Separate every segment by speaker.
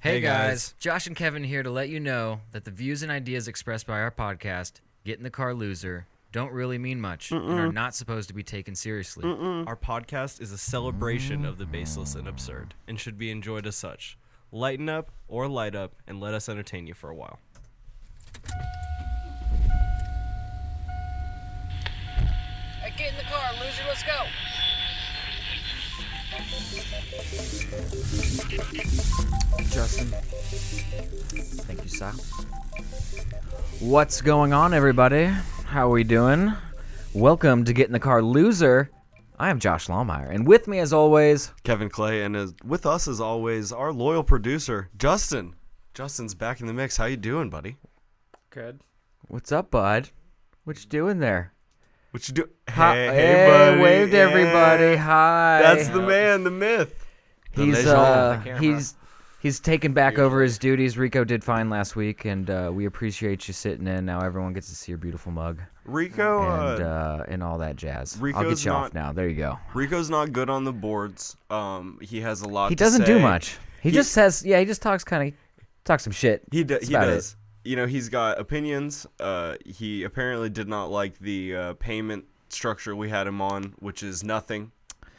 Speaker 1: Hey,
Speaker 2: Hey,
Speaker 1: guys.
Speaker 2: guys.
Speaker 1: Josh and Kevin here to let you know that the views and ideas expressed by our podcast, Get in the Car Loser, don't really mean much and are not supposed to be taken seriously.
Speaker 2: Our podcast is a celebration of the baseless and absurd and should be enjoyed as such. Lighten up or light up and let us entertain you for a while.
Speaker 1: get in the car, loser, let's go.
Speaker 3: Justin. Thank you, sir. What's going on, everybody? How are we doing? Welcome to Get in the Car Loser. I am Josh Lawmeyer, and with me, as always,
Speaker 2: Kevin Clay and is with us as always our loyal producer Justin. Justin's back in the mix. How you doing, buddy?
Speaker 4: Good.
Speaker 3: what's up, bud? What you doing there?
Speaker 2: What you do?
Speaker 3: Hi-
Speaker 2: buddy.
Speaker 3: waved
Speaker 2: Hey.
Speaker 3: everybody. Hi.
Speaker 2: That's the man, the myth. the
Speaker 3: he's
Speaker 2: legend.
Speaker 3: uh,
Speaker 4: The camera.
Speaker 3: he's he's taken back over his duties. Rico did fine last week, and uh, we appreciate you sitting in. Now everyone gets to see your beautiful mug
Speaker 2: Rico.
Speaker 3: and
Speaker 2: uh,
Speaker 3: uh, and all that jazz. I'll
Speaker 2: Rico's
Speaker 3: get you off
Speaker 2: not-
Speaker 3: now. There you go.
Speaker 2: Rico's not good on the boards. Um, he has a lot.
Speaker 3: he
Speaker 2: to
Speaker 3: doesn't do
Speaker 2: say.
Speaker 3: much. He, just says, yeah, he just talks kind of talks some shit.
Speaker 2: He d-
Speaker 3: That's
Speaker 2: he
Speaker 3: about it.
Speaker 2: does. You know, he's got opinions. Uh, he apparently did not like the uh, payment structure we had him on, which is nothing,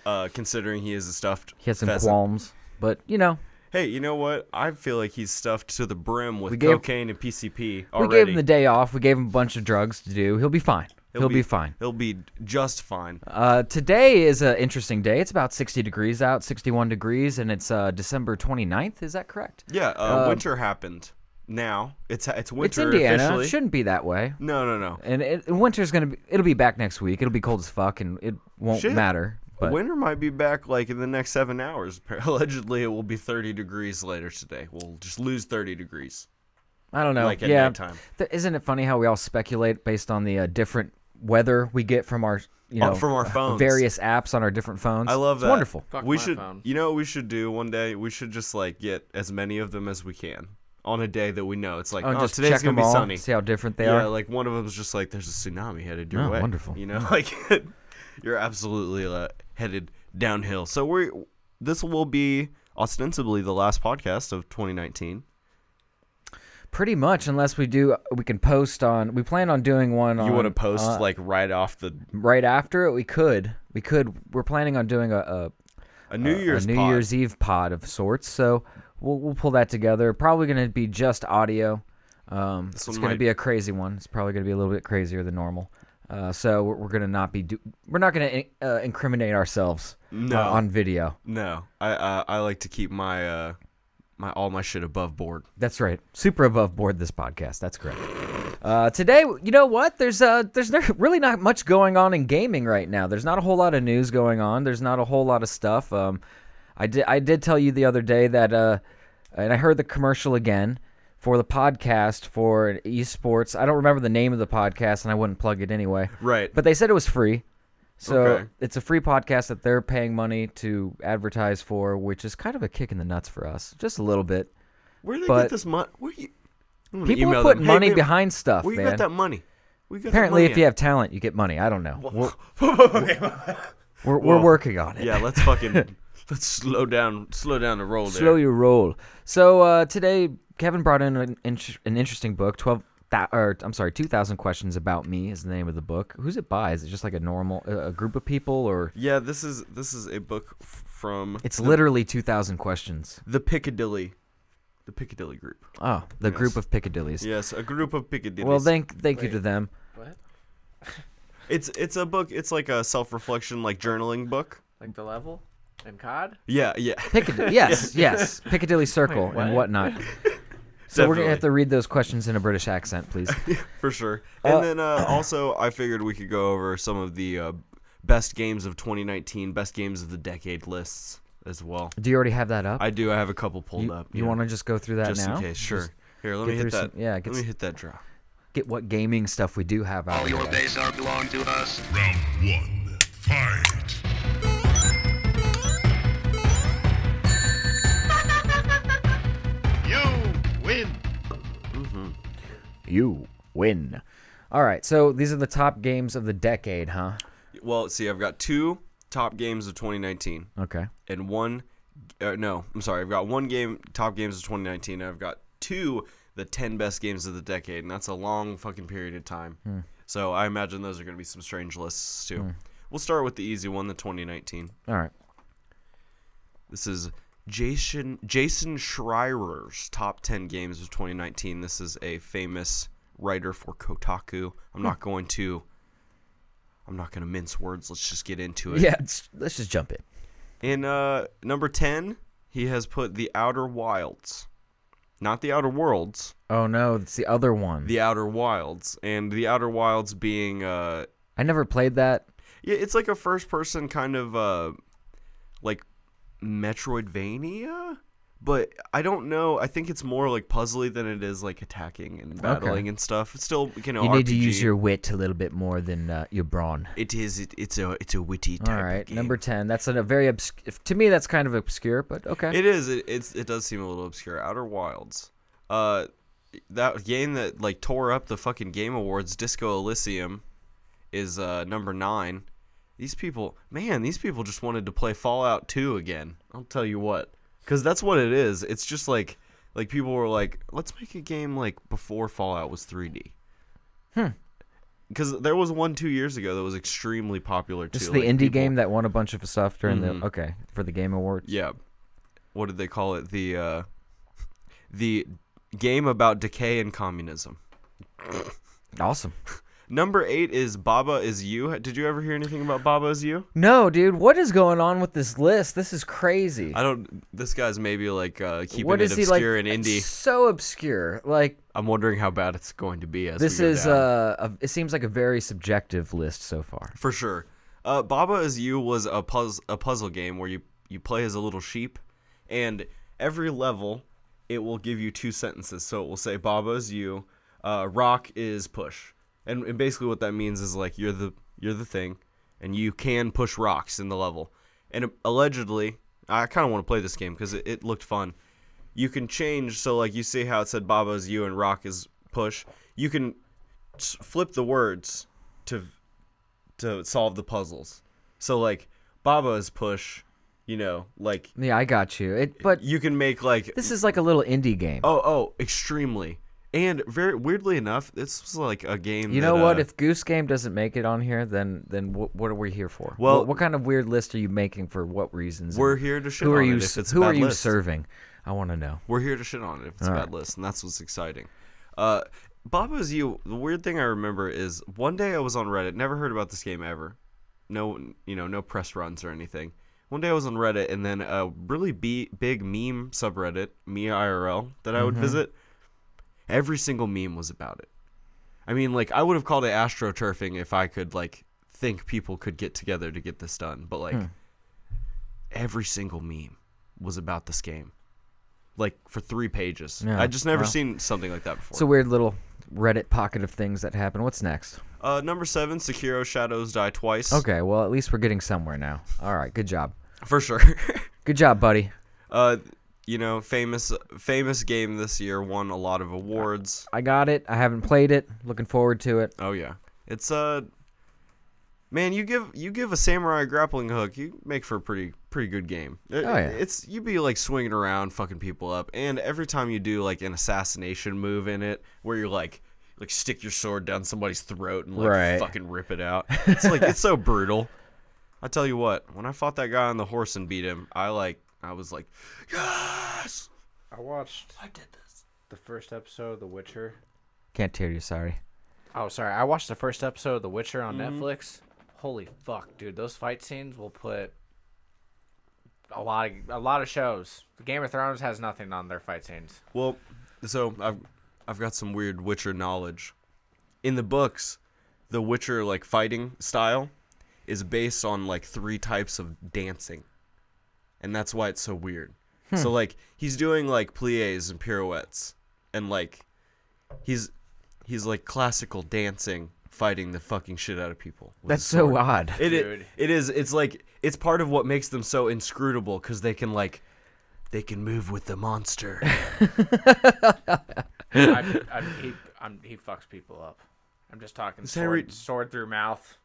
Speaker 2: uh, considering he is a stuffed.
Speaker 3: He has some
Speaker 2: pheasant.
Speaker 3: qualms, but you know,
Speaker 2: Hey, you know what? I feel like he's stuffed to the brim with
Speaker 3: We gave-
Speaker 2: cocaine and PCP
Speaker 3: we
Speaker 2: already.
Speaker 3: gave him the day off. We gave him a bunch of drugs to do. He'll be fine. He'll, be, fine.
Speaker 2: He'll be just fine.
Speaker 3: Uh, today is an interesting day. It's about 60 degrees out, 61 degrees, and it's uh, December 29th. Is that correct?
Speaker 2: Yeah, uh, winter happened. Now it's it's winter
Speaker 3: um, it's Indiana.
Speaker 2: officially.
Speaker 3: It shouldn't be that way.
Speaker 2: no, no, no.
Speaker 3: And it, and winter's gonna be. It'll be back next week. It'll be cold as fuck, and it won't
Speaker 2: Shit.
Speaker 3: matter. But
Speaker 2: Winter might be back like in the next seven hours. Allegedly, it will be 30 degrees later today. We'll just lose 30 degrees.
Speaker 3: I don't know.
Speaker 2: like at
Speaker 3: yeah.
Speaker 2: nighttime.
Speaker 3: Th- isn't it funny how we all speculate based on the uh, different weather we get from our you know
Speaker 2: Oh, from our phones.
Speaker 3: various apps on our different phones?
Speaker 2: I love
Speaker 3: it's
Speaker 2: that.
Speaker 3: Wonderful.
Speaker 4: Fuck
Speaker 2: we
Speaker 4: my
Speaker 2: should,
Speaker 4: phone.
Speaker 2: you know, what we should do one day. We should just like get as many of them as we can on a day that we know it's like,
Speaker 3: Oh,
Speaker 2: oh,
Speaker 3: and just
Speaker 2: today's
Speaker 3: check
Speaker 2: gonna
Speaker 3: them
Speaker 2: be
Speaker 3: all.
Speaker 2: sunny.
Speaker 3: See how different they
Speaker 2: yeah,
Speaker 3: are.
Speaker 2: like one of them's just like, there's a tsunami headed your
Speaker 3: Oh,
Speaker 2: way.
Speaker 3: wonderful.
Speaker 2: You know, like you're absolutely uh, headed downhill. So we, this will be ostensibly the last podcast of 2019.
Speaker 3: Pretty much, unless we do, we can post on. We plan on doing one.
Speaker 2: You want to
Speaker 3: on,
Speaker 2: post
Speaker 3: uh,
Speaker 2: like right off the
Speaker 3: right after it? We could. We could. We're planning on doing a, a
Speaker 2: a New Year's
Speaker 3: uh, a New
Speaker 2: pod.
Speaker 3: Year's Eve pod of sorts. So we'll we'll pull that together. Probably going to be just audio. Um, it's
Speaker 2: one
Speaker 3: going to
Speaker 2: might-
Speaker 3: be a crazy one. It's probably going to be a little bit crazier than normal. Uh, so we're, we're going to not be do- we're not going to uh, incriminate ourselves uh,
Speaker 2: No.
Speaker 3: on video.
Speaker 2: No, I uh, I like to keep my uh my all my shit above board.
Speaker 3: That's right. Super above board this podcast. That's correct. Uh, today, you know what? There's uh, there's no, really not much going on in gaming right now. There's not a whole lot of news going on. There's not a whole lot of stuff. Um, I did I did tell you the other day that uh, and I heard the commercial again for the podcast for an esports. I don't remember the name of the podcast, and I wouldn't plug it anyway.
Speaker 2: Right.
Speaker 3: But they said it was free. So
Speaker 2: Okay.
Speaker 3: it's a free podcast that they're paying money to advertise for, which is kind of a kick in the nuts for us, just a little bit.
Speaker 2: Where do they get
Speaker 3: but-
Speaker 2: this money? Where you? I'm gonna
Speaker 3: People are
Speaker 2: email
Speaker 3: putting
Speaker 2: them. Hey,
Speaker 3: money
Speaker 2: man,
Speaker 3: behind stuff,
Speaker 2: Where you
Speaker 3: man.
Speaker 2: got that money? Where you got
Speaker 3: Apparently,
Speaker 2: that
Speaker 3: if you
Speaker 2: money
Speaker 3: have talent, you get money. I don't know. We're,
Speaker 2: if you have.
Speaker 3: we're, we're working on it.
Speaker 2: yeah, let's fucking let's slow down, slow down the roll there.
Speaker 3: Slow your roll. So uh, today, Kevin brought in an, int- an interesting book. Twelve, thou- or I'm sorry, two thousand questions about me is the name of the book. Who's it by? Is it just like a normal, a, a group of people, or
Speaker 2: Yeah, this is this is a book f- from
Speaker 3: it's literally two thousand questions?
Speaker 2: the Piccadilly, the Piccadilly group.
Speaker 3: Oh, the
Speaker 2: Yes.
Speaker 3: group of Piccadillys.
Speaker 2: Yes, a group of Piccadillys.
Speaker 3: well, thank thank you
Speaker 4: Wait.
Speaker 3: to them.
Speaker 4: What?
Speaker 2: it's it's a book. It's like a self-reflection, like journaling book.
Speaker 4: Like the level? And COD?
Speaker 2: Yeah, yeah.
Speaker 3: Piccadilly, yes, yes, Piccadilly Circle
Speaker 4: Wait,
Speaker 3: and
Speaker 4: what?
Speaker 3: whatnot. So we're gonna
Speaker 2: Definitely.
Speaker 3: have to read those questions in a British accent, please.
Speaker 2: For sure. And then uh, also, I figured we could go over some of the uh, best games of 2019, best games of the decade lists as well.
Speaker 3: Do you already have that up?
Speaker 2: I do. I have a couple pulled
Speaker 3: You,
Speaker 2: up.
Speaker 3: want to just go through that
Speaker 2: just
Speaker 3: now?
Speaker 2: in case? Sure.
Speaker 3: Just
Speaker 2: Here, let
Speaker 3: get
Speaker 2: me hit
Speaker 3: through some-
Speaker 2: that.
Speaker 3: yeah,
Speaker 2: let
Speaker 3: get
Speaker 2: me
Speaker 3: s-
Speaker 2: hit that drop.
Speaker 3: get what gaming stuff we do have out.
Speaker 5: All
Speaker 3: there.
Speaker 5: your base are belong to us.
Speaker 6: Round one, fight.
Speaker 5: You win.
Speaker 3: You win. All right, so these are the top games of the decade, huh?
Speaker 2: Well, see, I've got two top games of 2019
Speaker 3: Okay.
Speaker 2: and one Uh, no, I'm sorry. I've got one game, top games of 2019, and I've got two, the 10 best games of the decade, and that's a long fucking period of time. So I imagine those are going to be some strange lists too. We'll start with the easy one, the 2019.
Speaker 3: All right.
Speaker 2: This is Jason Jason Schreier's top 10 games of 2019. This is a famous writer for Kotaku. I'm not going to I'm not going to mince words. Let's just get into it.
Speaker 3: Yeah, it's- let's just jump in.
Speaker 2: In uh number 10, he has put The Outer Wilds. Not The Outer Worlds,
Speaker 3: Oh no, it's the other one.
Speaker 2: The Outer Wilds. And The Outer Wilds being uh
Speaker 3: I never played that.
Speaker 2: yeah, it's like a first person kind of uh like Metroidvania, but I don't know. I think it's more like puzzly than it is like attacking and battling and stuff. It's still you know
Speaker 3: You need to
Speaker 2: RPG.
Speaker 3: use your wit a little bit more than uh, your brawn.
Speaker 2: It is it, it's a it's a witty type.
Speaker 3: All
Speaker 2: of
Speaker 3: right,
Speaker 2: game.
Speaker 3: number ten. That's a, very obscure. To me, that's kind of obscure, but okay.
Speaker 2: It is. It, it's it does seem a little obscure. Outer Wilds. Uh, that game that like tore up the fucking Game Awards, Disco Elysium, is uh number nine. These people, man, these people just wanted to play Fallout 2 again. I'll tell you what, because that's what it is. It's just like like people were like, let's make a game like before Fallout was 3D. Hmm. Because there was one two years ago that was extremely popular too.
Speaker 3: This is the
Speaker 2: like,
Speaker 3: indie
Speaker 2: people- Mm-hmm.
Speaker 3: game that won a bunch of stuff during the okay for the Game Awards.
Speaker 2: yeah what did they call it the uh the game about decay and communism
Speaker 3: Awesome.
Speaker 2: number eight is baba is you did you ever hear anything about baba is you
Speaker 3: No, dude, what is going on with this list? This is crazy.
Speaker 2: i don't this guy's maybe like uh keeping
Speaker 3: What
Speaker 2: it
Speaker 3: is he like?
Speaker 2: obscure and
Speaker 3: it's
Speaker 2: indie
Speaker 3: So obscure. Like
Speaker 2: i'm wondering how bad it's going to be as
Speaker 3: this
Speaker 2: we go
Speaker 3: is
Speaker 2: down.
Speaker 3: uh, a, it seems like a very subjective list so far.
Speaker 2: for sure uh baba is you was a puzzle a puzzle game where you you play as a little sheep and every level it will give you two sentences so it will say baba is you uh, rock is push and, and basically what that means is like you're the you're the thing and you can push rocks in the level and a- allegedly i kind of want to play this game because it, it looked fun you can change so like you see how it said baba is you and rock is push you can s- flip the words to to solve the puzzles so like baba is push you know like
Speaker 3: Yeah, I got you. It but
Speaker 2: you can make like
Speaker 3: this is like a little indie game.
Speaker 2: oh oh extremely and very weirdly enough this was like a game
Speaker 3: You know
Speaker 2: that,
Speaker 3: what?
Speaker 2: uh,
Speaker 3: If Goose Game doesn't make it on here, then then what, what are we here for?
Speaker 2: Well-
Speaker 3: what, what kind of weird list are you making for what reasons? and
Speaker 2: we're here to shit
Speaker 3: who are
Speaker 2: on
Speaker 3: you
Speaker 2: it if
Speaker 3: s-
Speaker 2: it's a
Speaker 3: who
Speaker 2: bad
Speaker 3: are you
Speaker 2: list.
Speaker 3: serving? I want to know.
Speaker 2: we're here to shit on it if it's a bad list and that's what's exciting uh baba's you the weird thing i remember is one day i was on reddit never heard about this game ever no you know no press runs or anything one day i was on reddit and then a really be- big meme subreddit me irl that i would visit every single meme was about it i mean like i would have called it astroturfing if i could like think people could get together to get this done but
Speaker 3: Hmm.
Speaker 2: like every single meme was about this game like for three pages
Speaker 3: Yeah,
Speaker 2: i just never
Speaker 3: wow.
Speaker 2: seen something like that before
Speaker 3: It's a weird little Reddit pocket of things that happen. What's next?
Speaker 2: uh, number seven sekiro shadows die twice
Speaker 3: Okay, well at least we're getting somewhere now. All right, good job.
Speaker 2: for sure
Speaker 3: Good job, buddy.
Speaker 2: uh, you know famous famous game this year won a lot of awards
Speaker 3: I got it. I haven't played it. Looking forward to it.
Speaker 2: oh yeah it's uh man you give you give a samurai grappling hook you make for a pretty pretty good game oh,
Speaker 3: yeah.
Speaker 2: it's you be like swinging around fucking people up and every time you do like an assassination move in it where you're like like stick your sword down somebody's throat and like
Speaker 3: Right.
Speaker 2: fucking rip it out it's like it's so brutal i tell you what when i fought that guy on the horse and beat him i like i was like yes
Speaker 4: I watched. I did this. The first episode of The Witcher.
Speaker 3: Can't hear you. Sorry.
Speaker 4: Oh, sorry. I watched the first episode of The Witcher on Netflix. Holy fuck, dude! Those fight scenes will put a lot of a lot of shows. Game of Thrones has nothing on their fight scenes.
Speaker 2: Well, so I've I've got some weird Witcher knowledge. In the books, the Witcher like fighting style is based on like three types of dancing. And that's why it's so weird.
Speaker 3: Hmm.
Speaker 2: So like he's doing like plies and pirouettes and like he's he's like classical dancing fighting the fucking shit out of people. with
Speaker 3: That's
Speaker 2: his
Speaker 3: so
Speaker 2: sword.
Speaker 3: odd.
Speaker 2: It, it
Speaker 4: Dude.
Speaker 2: it is it's like it's part of what makes them so inscrutable cuz they can like they can move with the monster.
Speaker 4: I, I, he, I'm, he fucks people up. I'm just talking
Speaker 2: Henry-
Speaker 4: sword, sword through mouth.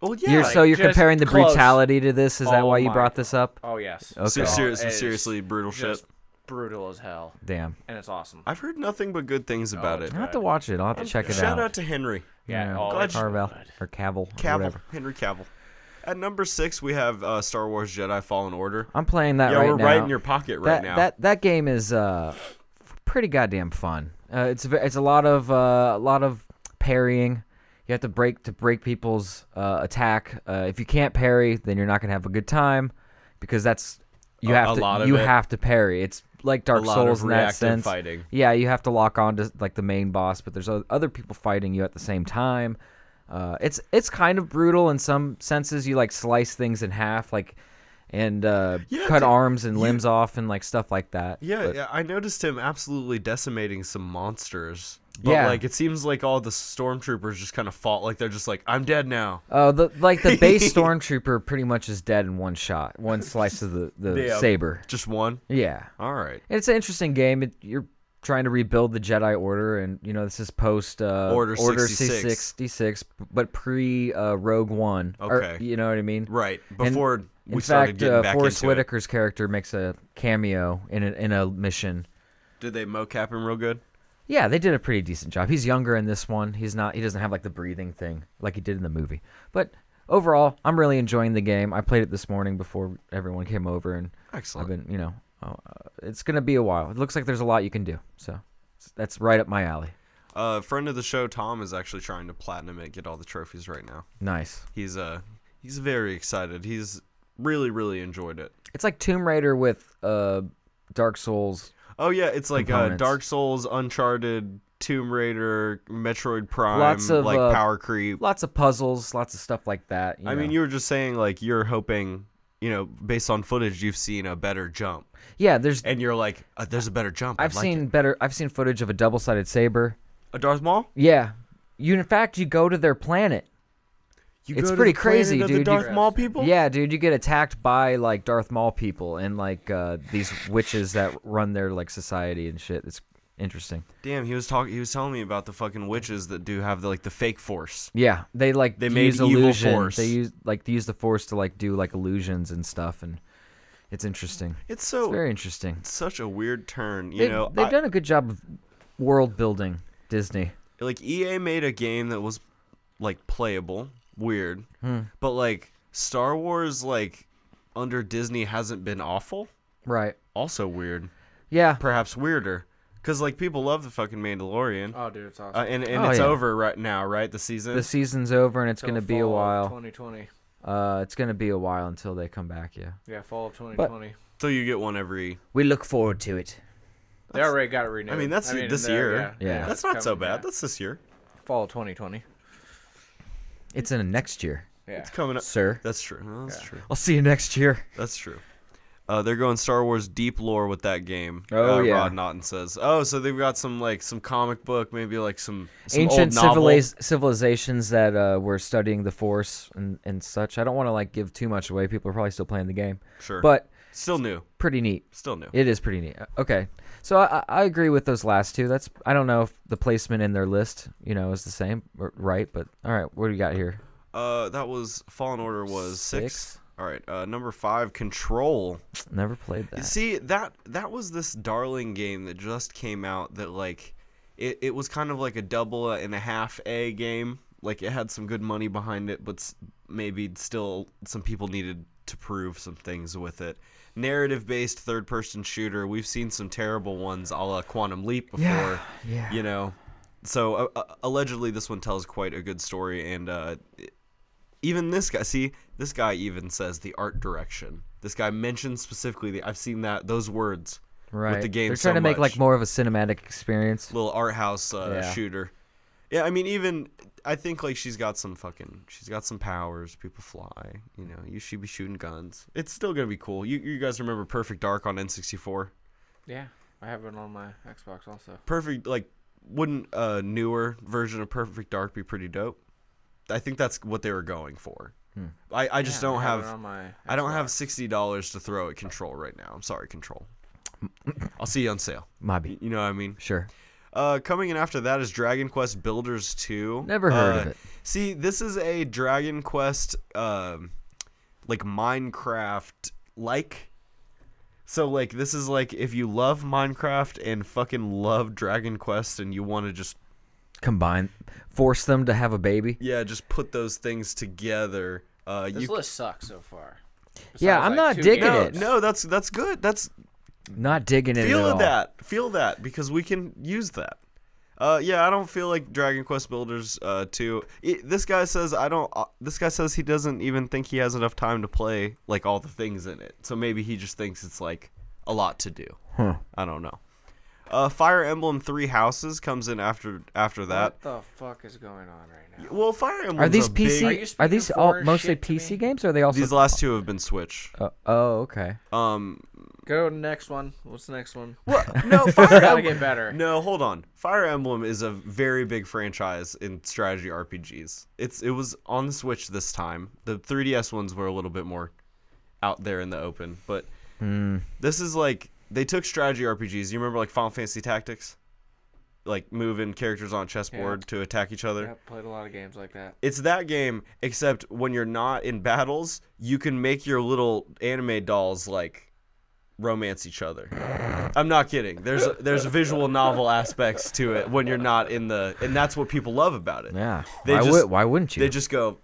Speaker 2: Well, yeah.
Speaker 3: You're so you're
Speaker 4: just
Speaker 3: comparing the
Speaker 4: close.
Speaker 3: brutality to this. Is that
Speaker 4: Oh
Speaker 3: why you
Speaker 4: my
Speaker 3: brought this up?
Speaker 4: Oh yes.
Speaker 3: Okay.
Speaker 2: Ser- ser- some
Speaker 4: It's
Speaker 2: seriously brutal shit.
Speaker 4: Just brutal as hell,
Speaker 3: Damn.
Speaker 4: and it's awesome.
Speaker 2: I've heard nothing but good things about it.
Speaker 3: I'll have to watch it. I'll have to check it
Speaker 2: Shout
Speaker 3: out.
Speaker 2: out to Henry
Speaker 4: yeah.
Speaker 3: Yeah.
Speaker 4: Oh,
Speaker 2: Glad
Speaker 4: it's
Speaker 2: you-
Speaker 3: Carvel
Speaker 4: good.
Speaker 3: or Cavill. Or
Speaker 2: Cavill.
Speaker 3: whatever.
Speaker 2: Henry Cavill. At number six, we have uh, Star Wars Jedi Fallen Order.
Speaker 3: I'm playing that
Speaker 2: yeah,
Speaker 3: right
Speaker 2: we're
Speaker 3: now.
Speaker 2: right in your pocket right
Speaker 3: that,
Speaker 2: now.
Speaker 3: That that game is uh, f- pretty goddamn fun. Uh, it's ve- it's a lot of uh, a lot of parrying. You have to break to break people's uh, attack. Uh, if you can't parry, then you're not gonna have a good time because that's you
Speaker 2: A-
Speaker 3: have
Speaker 2: a
Speaker 3: to
Speaker 2: lot of
Speaker 3: you
Speaker 2: it.
Speaker 3: have to parry. It's like Dark
Speaker 2: lot of
Speaker 3: Souls in that
Speaker 2: reactive
Speaker 3: sense.
Speaker 2: fighting.
Speaker 3: Yeah, you have to lock on to like the main boss, but there's o- other people fighting you at the same time. Uh, it's it's kind of brutal in some senses. You like slice things in half, like and uh,
Speaker 2: Yeah,
Speaker 3: cut
Speaker 2: dude,
Speaker 3: arms and limbs off and like stuff like that.
Speaker 2: yeah,
Speaker 3: But-
Speaker 2: yeah, I noticed him absolutely decimating some monsters. But
Speaker 3: Yeah.
Speaker 2: like it seems like all the stormtroopers just kind of fought like they're just like I'm dead now.
Speaker 3: Oh, the like the base stormtrooper pretty much is dead in one shot, one slice of the the
Speaker 2: Damn.
Speaker 3: saber.
Speaker 2: Just one.
Speaker 3: Yeah.
Speaker 2: All right.
Speaker 3: And it's an interesting game. It, you're trying to rebuild the Jedi Order, and you know this is post uh,
Speaker 2: Order
Speaker 3: Order
Speaker 2: 66.
Speaker 3: 66, but pre uh, Rogue One. Or,
Speaker 2: Okay.
Speaker 3: you know what I mean?
Speaker 2: Right.
Speaker 3: And
Speaker 2: Before we
Speaker 3: in
Speaker 2: started
Speaker 3: fact,
Speaker 2: getting
Speaker 3: uh,
Speaker 2: back
Speaker 3: Forrest
Speaker 2: into it.
Speaker 3: Whitaker's character makes a cameo in a, in a mission.
Speaker 2: Did they mocap him real good?
Speaker 3: Yeah, they did a pretty decent job. He's younger in this one. He's not. He doesn't have like the breathing thing like he did in the movie. But overall, I'm really enjoying the game. I played it this morning before everyone came over, and
Speaker 2: Excellent.
Speaker 3: I've been, you know, uh, it's gonna be a while. It looks like there's a lot you can do. So that's right up my alley.
Speaker 2: A Uh, friend of the show, Tom, is actually trying to platinum it, get all the trophies right now.
Speaker 3: Nice.
Speaker 2: He's uh he's very excited. He's really really enjoyed it.
Speaker 3: It's like Tomb Raider with uh, Dark Souls.
Speaker 2: Oh yeah, it's like uh,
Speaker 3: Components.
Speaker 2: Dark Souls, Uncharted, Tomb Raider, Metroid Prime,
Speaker 3: Lots of,
Speaker 2: like
Speaker 3: uh,
Speaker 2: power creep.
Speaker 3: Lots of puzzles, lots of stuff like that. you
Speaker 2: I mean,
Speaker 3: know.
Speaker 2: you were just saying like you're hoping, you know, based on footage you've seen a better jump,
Speaker 3: yeah. There's
Speaker 2: and you're like, uh, there's a better jump. I'd
Speaker 3: I've
Speaker 2: like
Speaker 3: seen
Speaker 2: it.
Speaker 3: better. I've seen footage of a double-sided saber.
Speaker 2: a Darth Maul.
Speaker 3: Yeah. You in fact you go to their planet
Speaker 2: You
Speaker 3: It's
Speaker 2: go to
Speaker 3: pretty
Speaker 2: the planet
Speaker 3: crazy,
Speaker 2: of The
Speaker 3: dude. You-
Speaker 2: Darth Maul people.
Speaker 3: Yeah, dude, you get attacked by like Darth Maul people and like uh, these witches that run their like society and shit. It's interesting.
Speaker 2: Damn, he was talking. He was telling me about the fucking witches that do have the, like the fake force.
Speaker 3: Yeah, they like
Speaker 2: They made
Speaker 3: use
Speaker 2: evil
Speaker 3: illusion.
Speaker 2: force.
Speaker 3: They use like they use the force to like do like illusions and stuff, and it's interesting.
Speaker 2: It's so
Speaker 3: It's very interesting.
Speaker 2: such a weird turn. You
Speaker 3: They've,
Speaker 2: know,
Speaker 3: they've
Speaker 2: I-
Speaker 3: done a good job of world building. Disney.
Speaker 2: like EA made a game that was like playable, weird,
Speaker 3: Hmm.
Speaker 2: but like Star Wars like under Disney hasn't been awful,
Speaker 3: Right.
Speaker 2: also weird,
Speaker 3: Yeah.
Speaker 2: perhaps weirder, because like people love the fucking Mandalorian,
Speaker 4: Oh, dude, it's awesome.
Speaker 2: uh, and and
Speaker 3: Oh,
Speaker 2: it's
Speaker 3: yeah.
Speaker 2: over right now, right? The season.
Speaker 3: The season's over and it's
Speaker 4: Till
Speaker 3: gonna be a
Speaker 4: fall of
Speaker 3: while.
Speaker 4: 2020.
Speaker 3: Uh, it's gonna be a while until they come back. Yeah.
Speaker 4: Yeah, fall of 2020.
Speaker 2: so you get one every.
Speaker 3: We look forward to it.
Speaker 4: they already got it renewed.
Speaker 2: I mean, that's this
Speaker 4: they're-
Speaker 2: year.
Speaker 3: Yeah.
Speaker 2: That's not so
Speaker 4: coming
Speaker 2: bad.
Speaker 4: back.
Speaker 2: That's this year.
Speaker 4: fall of 2020.
Speaker 3: It's in the next year,
Speaker 4: Yeah.
Speaker 2: It's coming up.
Speaker 3: sir.
Speaker 2: That's true. No, that's true.
Speaker 3: I'll see you next year.
Speaker 2: That's true. Uh, they're going Star Wars deep lore with that game.
Speaker 3: Oh,
Speaker 2: uh,
Speaker 3: yeah.
Speaker 2: Rod Naughton says. Oh, so they've got some like some comic book, maybe like some, some
Speaker 3: ancient
Speaker 2: old novel.
Speaker 3: civiliz- civilizations that uh, were studying the force and, and such. I don't want to like give too much away. People are probably still playing the game,
Speaker 2: Sure,
Speaker 3: but
Speaker 2: still new,
Speaker 3: pretty neat.
Speaker 2: still new.
Speaker 3: It is pretty neat. Uh, Okay, so I, I- I agree with those last two. That's I don't know if the placement in their list you know is the same or right, but all right, what do we got here?
Speaker 2: Uh, that was Fallen Order was six.
Speaker 3: Six.
Speaker 2: All right, uh, number five, Control.
Speaker 3: Never played that.
Speaker 2: See that that was this darling game that just came out that like, it, it was kind of like a double and a half A game. Like it had some good money behind it, but s- maybe still some people needed to prove some things with it. Narrative based third person shooter. We've seen some terrible ones, a la Quantum Leap before.
Speaker 3: yeah.
Speaker 2: You know. So uh, uh, allegedly, this one tells quite a good story, and uh, even this guy see this guy even says the art direction this guy mentions specifically the i've seen that those words
Speaker 3: Right.
Speaker 2: with the game
Speaker 3: They're
Speaker 2: so
Speaker 3: trying to make like
Speaker 2: much.
Speaker 3: more of a cinematic experience.
Speaker 2: little art house uh,
Speaker 3: Yeah.
Speaker 2: shooter yeah i mean even i think like she's got some fucking she's got some powers people fly you know you should be shooting guns it's still gonna be cool you, you guys remember perfect dark on n64
Speaker 4: Yeah, I have it on my Xbox also.
Speaker 2: perfect like wouldn't a newer version of perfect dark be pretty dope i think that's what they were going for I, I just
Speaker 4: Yeah,
Speaker 2: don't
Speaker 4: I
Speaker 2: have
Speaker 4: it on my.
Speaker 2: I don't have
Speaker 4: Xbox.
Speaker 2: sixty dollars to throw at Control right now. I'm sorry, Control. I'll see you on sale.
Speaker 3: Might
Speaker 2: Y-
Speaker 3: be
Speaker 2: You know what I mean?
Speaker 3: sure.
Speaker 2: Uh, coming in after that is Dragon Quest Builders 2.
Speaker 3: Never heard of
Speaker 2: Uh,
Speaker 3: it.
Speaker 2: See, this is a Dragon Quest, um, like Minecraft, like. So like this is like if you love Minecraft and fucking love Dragon Quest and you want to just
Speaker 3: Combine, force them to have a baby.
Speaker 2: yeah just put those things together. Uh,
Speaker 4: This
Speaker 2: you
Speaker 4: list sucks so far.
Speaker 3: Yeah,
Speaker 4: Besides,
Speaker 3: I'm
Speaker 4: like,
Speaker 3: not
Speaker 4: two
Speaker 3: digging
Speaker 2: no,
Speaker 4: games.
Speaker 3: it.
Speaker 2: no that's that's good that's
Speaker 3: Not digging it at
Speaker 2: feel
Speaker 3: all.
Speaker 2: that feel that because we can use that uh, yeah i don't feel like dragon quest builders uh, 2 it, this guy says i don't uh, this guy says he doesn't even think he has enough time to play like all the things in it so maybe he just thinks it's like a lot to do i don't know uh, fire emblem three houses comes in after after that
Speaker 4: What the fuck is going on right now?
Speaker 2: well fire emblem
Speaker 3: Are these
Speaker 4: Are
Speaker 3: PC?
Speaker 4: you
Speaker 3: are
Speaker 4: speaking
Speaker 3: these all
Speaker 4: foreign
Speaker 3: mostly
Speaker 4: shit to me?
Speaker 3: PC games? Or are they also?
Speaker 2: these last two have been switched
Speaker 3: Uh, oh, okay.
Speaker 2: um
Speaker 4: Go to the next one. What's the next one?
Speaker 2: what no fire
Speaker 4: Gotta
Speaker 2: emblem
Speaker 4: get better.
Speaker 2: No, hold on. Fire Emblem is a very big franchise in strategy RPGs. It's it was on the Switch this time. The 3DS ones were a little bit more out there in the open, but this is like they took strategy RPGs. You remember like Final Fantasy Tactics, like moving characters on a chessboard to attack each other.
Speaker 4: I've played a lot of games like that.
Speaker 2: It's that game, except when you're not in battles, you can make your little anime dolls like romance each other. I'm not kidding. There's there's visual novel aspects to it when you're not in the, and that's what people love about it.
Speaker 3: Yeah.
Speaker 2: They
Speaker 3: why,
Speaker 2: just-
Speaker 3: would, why wouldn't you?
Speaker 2: They just go.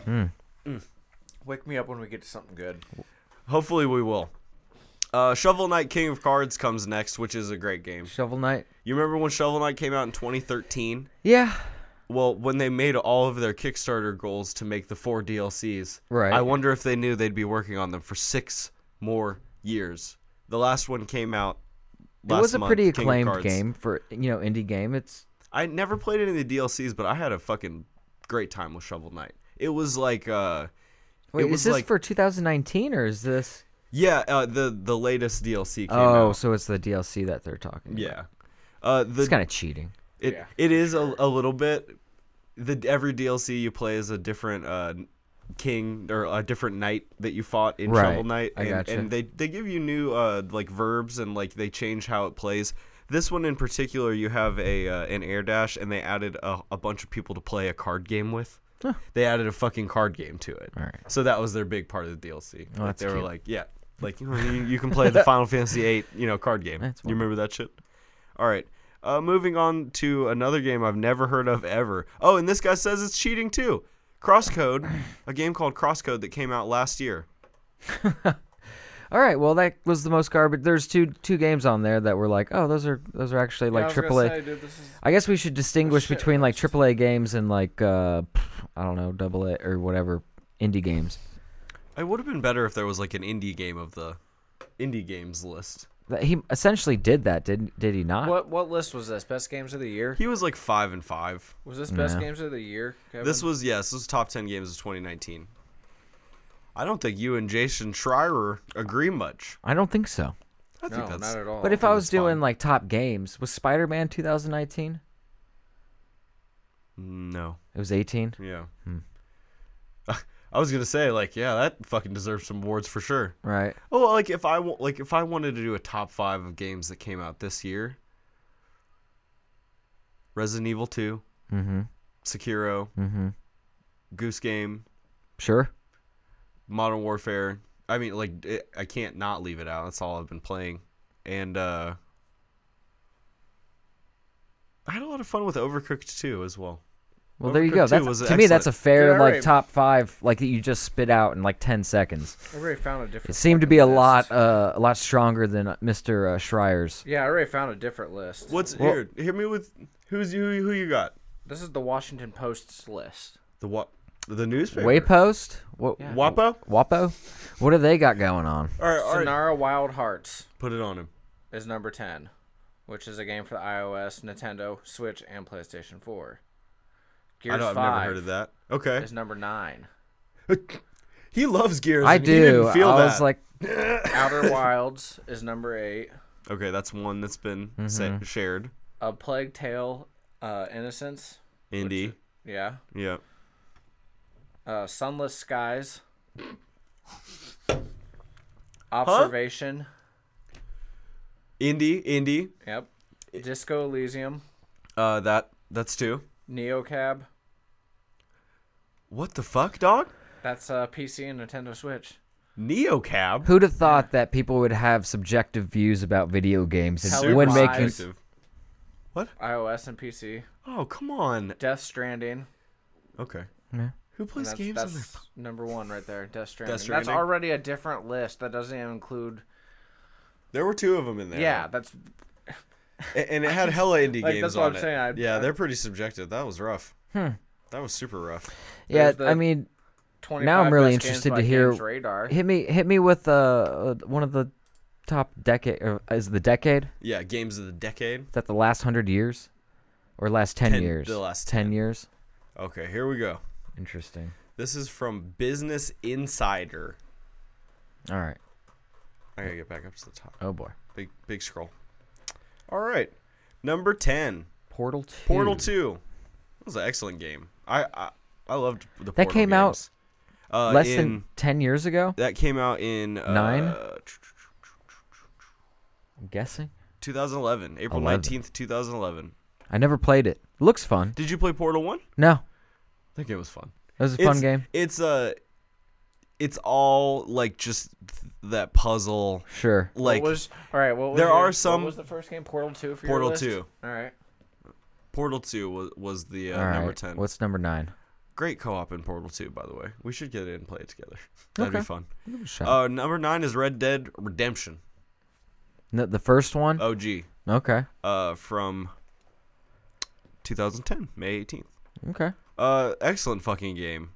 Speaker 4: Wake me up when we get to something good.
Speaker 2: Hopefully we will. Uh, Shovel Knight King of Cards comes next, which is a great game.
Speaker 3: Shovel Knight.
Speaker 2: You remember when Shovel Knight came out in 2013?
Speaker 3: Yeah.
Speaker 2: Well, when they made all of their Kickstarter goals to make the four DLCs,
Speaker 3: Right.
Speaker 2: I wonder if they knew they'd be working on them for six more years. The last one came out. Last
Speaker 3: it was a
Speaker 2: month,
Speaker 3: pretty
Speaker 2: King of
Speaker 3: acclaimed
Speaker 2: Cards.
Speaker 3: game for you know indie game. It's
Speaker 2: I never played any of the DLCs, but I had a fucking great time with Shovel Knight. It was like, uh,
Speaker 3: wait,
Speaker 2: was
Speaker 3: is this
Speaker 2: like-
Speaker 3: for 2019 or is this?
Speaker 2: yeah, uh, the the latest DLC came
Speaker 3: Oh,
Speaker 2: out.
Speaker 3: so it's the DLC that they're talking. about.
Speaker 2: Yeah, uh, the
Speaker 3: It's kind of cheating.
Speaker 2: It
Speaker 4: Yeah,
Speaker 2: it is a, a little bit. The every DLC you play is a different uh, king or a different knight that you fought in
Speaker 3: Right,
Speaker 2: Shovel Knight,
Speaker 3: I
Speaker 2: and,
Speaker 3: gotcha.
Speaker 2: and they they give you new uh, like verbs and like they change how it plays. This one in particular, you have a uh, an air dash, and they added a, a bunch of people to play a card game with. They added a fucking card game to it.
Speaker 3: All right. Oh,
Speaker 2: So that was their big part of the DLC. like,
Speaker 3: that's
Speaker 2: they were
Speaker 3: cute.
Speaker 2: like, yeah, like you, you can play the Final Fantasy VIII, you know, card game.
Speaker 3: That's
Speaker 2: you remember that shit? All right. Uh, moving on to another game I've never heard of ever. Oh, and this guy says it's cheating too. Crosscode, a game called Crosscode that came out last year.
Speaker 3: All right, well that was the most garbage. There's two two games on there that were like, oh, those are those are actually like AAA. I guess we should distinguish between like AAA games and like uh, pff, I don't know, double A or whatever indie games.
Speaker 2: It would have been better if there was like an indie game of the indie games list.
Speaker 3: That- He essentially did that, did did he not?
Speaker 4: What what list was this? Best games of the year?
Speaker 2: He was like five and five.
Speaker 4: Was this best games of the year? Kevin?
Speaker 2: This was yes, this was top ten games of 2019. I don't think you and Jason Schreier agree much.
Speaker 3: I don't think so.
Speaker 2: I
Speaker 4: no,
Speaker 2: think that's
Speaker 4: not at all.
Speaker 3: But if I was
Speaker 2: Oh, that's fine.
Speaker 3: doing like top games, was Spider Man 2019?
Speaker 2: no.
Speaker 3: It was 18.
Speaker 2: Yeah. I was gonna say like yeah, that fucking deserves some awards for sure.
Speaker 3: Right.
Speaker 2: Oh, well, like if I wa- like if I wanted to do a top five of games that came out this year, Resident Evil 2
Speaker 3: Mm-hmm,
Speaker 2: Sekiro, Goose Game,
Speaker 3: Sure.
Speaker 2: Modern Warfare. I mean, like it, I can't not leave it out. That's all I've been playing, and uh, I had a lot of fun with Overcooked 2 as well.
Speaker 3: Well, there you go.
Speaker 2: Overcooked 2
Speaker 3: That's, to
Speaker 2: was
Speaker 3: me, that's a
Speaker 2: excellent.
Speaker 3: fair
Speaker 4: Dude, I
Speaker 3: like
Speaker 4: already-
Speaker 3: top five, like that you just spit out in like 10 seconds.
Speaker 4: I already found a different.
Speaker 3: It seemed to
Speaker 4: fucking
Speaker 3: be a
Speaker 4: list.
Speaker 3: lot, uh, a lot stronger than uh, Mr. Uh, Schreier's.
Speaker 4: Yeah, I already found a different list.
Speaker 2: What's here? Hit me with who's you? Who you got?
Speaker 4: This is the Washington Post's list.
Speaker 2: The what? The newspaper.
Speaker 3: Waypost? What?
Speaker 2: Wapo.
Speaker 3: Wapo? What do they got going on?
Speaker 2: All right, all right.
Speaker 4: Sonara Wild Hearts
Speaker 2: Put it on him.
Speaker 4: is number ten, which is a game for the iOS, Nintendo, Switch, and PlayStation 4. Gears
Speaker 2: I know, I've
Speaker 4: 5
Speaker 2: never heard of that. Okay.
Speaker 4: is number nine.
Speaker 2: He loves Gears.
Speaker 3: I
Speaker 2: and
Speaker 3: do.
Speaker 2: He didn't feel
Speaker 3: I
Speaker 2: that.
Speaker 3: was like,
Speaker 4: Outer Wilds is number eight.
Speaker 2: okay, that's one that's been
Speaker 3: Mm-hmm.
Speaker 2: sa- shared.
Speaker 4: A Plague Tale, uh, Innocence.
Speaker 2: Indie.
Speaker 4: Yeah.
Speaker 2: Yeah.
Speaker 4: Uh, Sunless Skies. Observation.
Speaker 2: Indie. Indie.
Speaker 4: Yep. Disco Elysium.
Speaker 2: Uh, that that's two.
Speaker 4: Neocab.
Speaker 2: What the fuck, dog?
Speaker 4: That's uh, PC and Nintendo Switch.
Speaker 2: Neocab.
Speaker 3: Who'd have thought that people would have subjective views about video games and
Speaker 4: Super
Speaker 3: when making
Speaker 4: subjective.
Speaker 2: What?
Speaker 4: iOS and PC.
Speaker 2: Oh, come on.
Speaker 4: Death Stranding.
Speaker 2: Okay.
Speaker 3: Yeah.
Speaker 2: Who plays
Speaker 4: That's,
Speaker 2: games on their?
Speaker 4: that's number one right there. Death Stranding. That's
Speaker 2: Stranding.
Speaker 4: already a different list. That doesn't even include.
Speaker 2: There were two of them in there.
Speaker 4: Yeah, that's
Speaker 2: A- and it had hella indie
Speaker 4: Like,
Speaker 2: games
Speaker 4: that's what
Speaker 2: on
Speaker 4: I'm
Speaker 2: it.
Speaker 4: saying, I-
Speaker 2: yeah,
Speaker 4: I-
Speaker 2: they're pretty subjective. That was rough. Hmm. That was super rough.
Speaker 3: yeah,
Speaker 4: There's the-
Speaker 3: I mean,
Speaker 4: 25
Speaker 3: Now I'm really
Speaker 4: best games
Speaker 3: interested
Speaker 4: by
Speaker 3: to hear-
Speaker 4: Games Radar.
Speaker 3: hit me, hit me with uh, uh, one of the top decade, or is it the decade? Is
Speaker 2: Yeah, games of the decade.
Speaker 3: that the last hundred years, or last ten,
Speaker 2: Ten-
Speaker 3: years?
Speaker 2: the last
Speaker 3: ten,
Speaker 2: 10.
Speaker 3: years.
Speaker 2: Okay, here we go.
Speaker 3: Interesting.
Speaker 2: This is from Business Insider.
Speaker 3: All right.
Speaker 2: I gotta get back up to the top.
Speaker 3: Oh boy.
Speaker 2: Big big scroll. All right, number ten,
Speaker 3: Portal Two.
Speaker 2: Portal Two. That was an excellent game. I I, I loved the
Speaker 3: That
Speaker 2: Portal
Speaker 3: came out
Speaker 2: games. Uh,
Speaker 3: Less
Speaker 2: in-
Speaker 3: than ten years ago.
Speaker 2: that came out in uh,
Speaker 3: Nine? I'm guessing.
Speaker 2: 2011, April
Speaker 3: Eleven.
Speaker 2: nineteenth, 2011.
Speaker 3: I never played it. Looks fun.
Speaker 2: Did you play Portal One?
Speaker 3: No,
Speaker 2: I think it was fun.
Speaker 3: it was a fun game.
Speaker 2: It's uh, it's all like just th- that puzzle.
Speaker 3: Sure.
Speaker 2: Like
Speaker 4: what was all right. What was
Speaker 2: there
Speaker 4: your-
Speaker 2: are
Speaker 4: What
Speaker 2: some-
Speaker 4: was the first game? Portal Two for
Speaker 2: Portal
Speaker 4: your list?
Speaker 2: 2.
Speaker 4: All right.
Speaker 2: Portal Two was was the uh,
Speaker 3: All right.
Speaker 2: number ten.
Speaker 3: What's number nine?
Speaker 2: Great co-op in Portal 2, by the way. We should get it and play it together. That'd be
Speaker 3: Okay.
Speaker 2: fun.
Speaker 3: Give it a shot.
Speaker 2: Uh, number nine is Red Dead Redemption.
Speaker 3: No, the first one.
Speaker 2: OG.
Speaker 3: okay.
Speaker 2: Uh, from 2010, May 18th.
Speaker 3: Okay.
Speaker 2: Uh, excellent fucking game.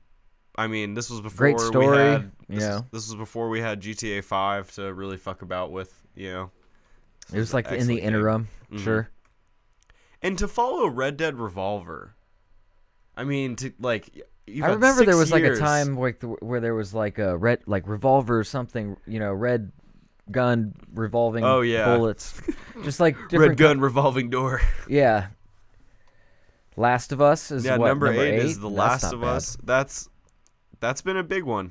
Speaker 2: I mean, this was before
Speaker 3: Great story,
Speaker 2: we had. This,
Speaker 3: yeah.
Speaker 2: this was before we had GTA 5 to really fuck about with, you know.
Speaker 3: It was like in
Speaker 2: excellent
Speaker 3: the
Speaker 2: game. Mm-hmm.
Speaker 3: interim. Sure.
Speaker 2: And to follow Red Dead Revolver. I mean, to like. y- You've
Speaker 3: I
Speaker 2: had
Speaker 3: remember there
Speaker 2: six
Speaker 3: was like a
Speaker 2: years.
Speaker 3: time like th- where there was like a red like revolver or something, you know, red gun revolving
Speaker 2: Oh, yeah.
Speaker 3: bullets. Just like different
Speaker 2: Red Gun Revolving Door.
Speaker 3: Yeah. Last of Us is
Speaker 2: Yeah,
Speaker 3: what
Speaker 2: number, eight, is The
Speaker 3: That's
Speaker 2: Last
Speaker 3: not
Speaker 2: of
Speaker 3: bad.
Speaker 2: Us. That's that's been a big one.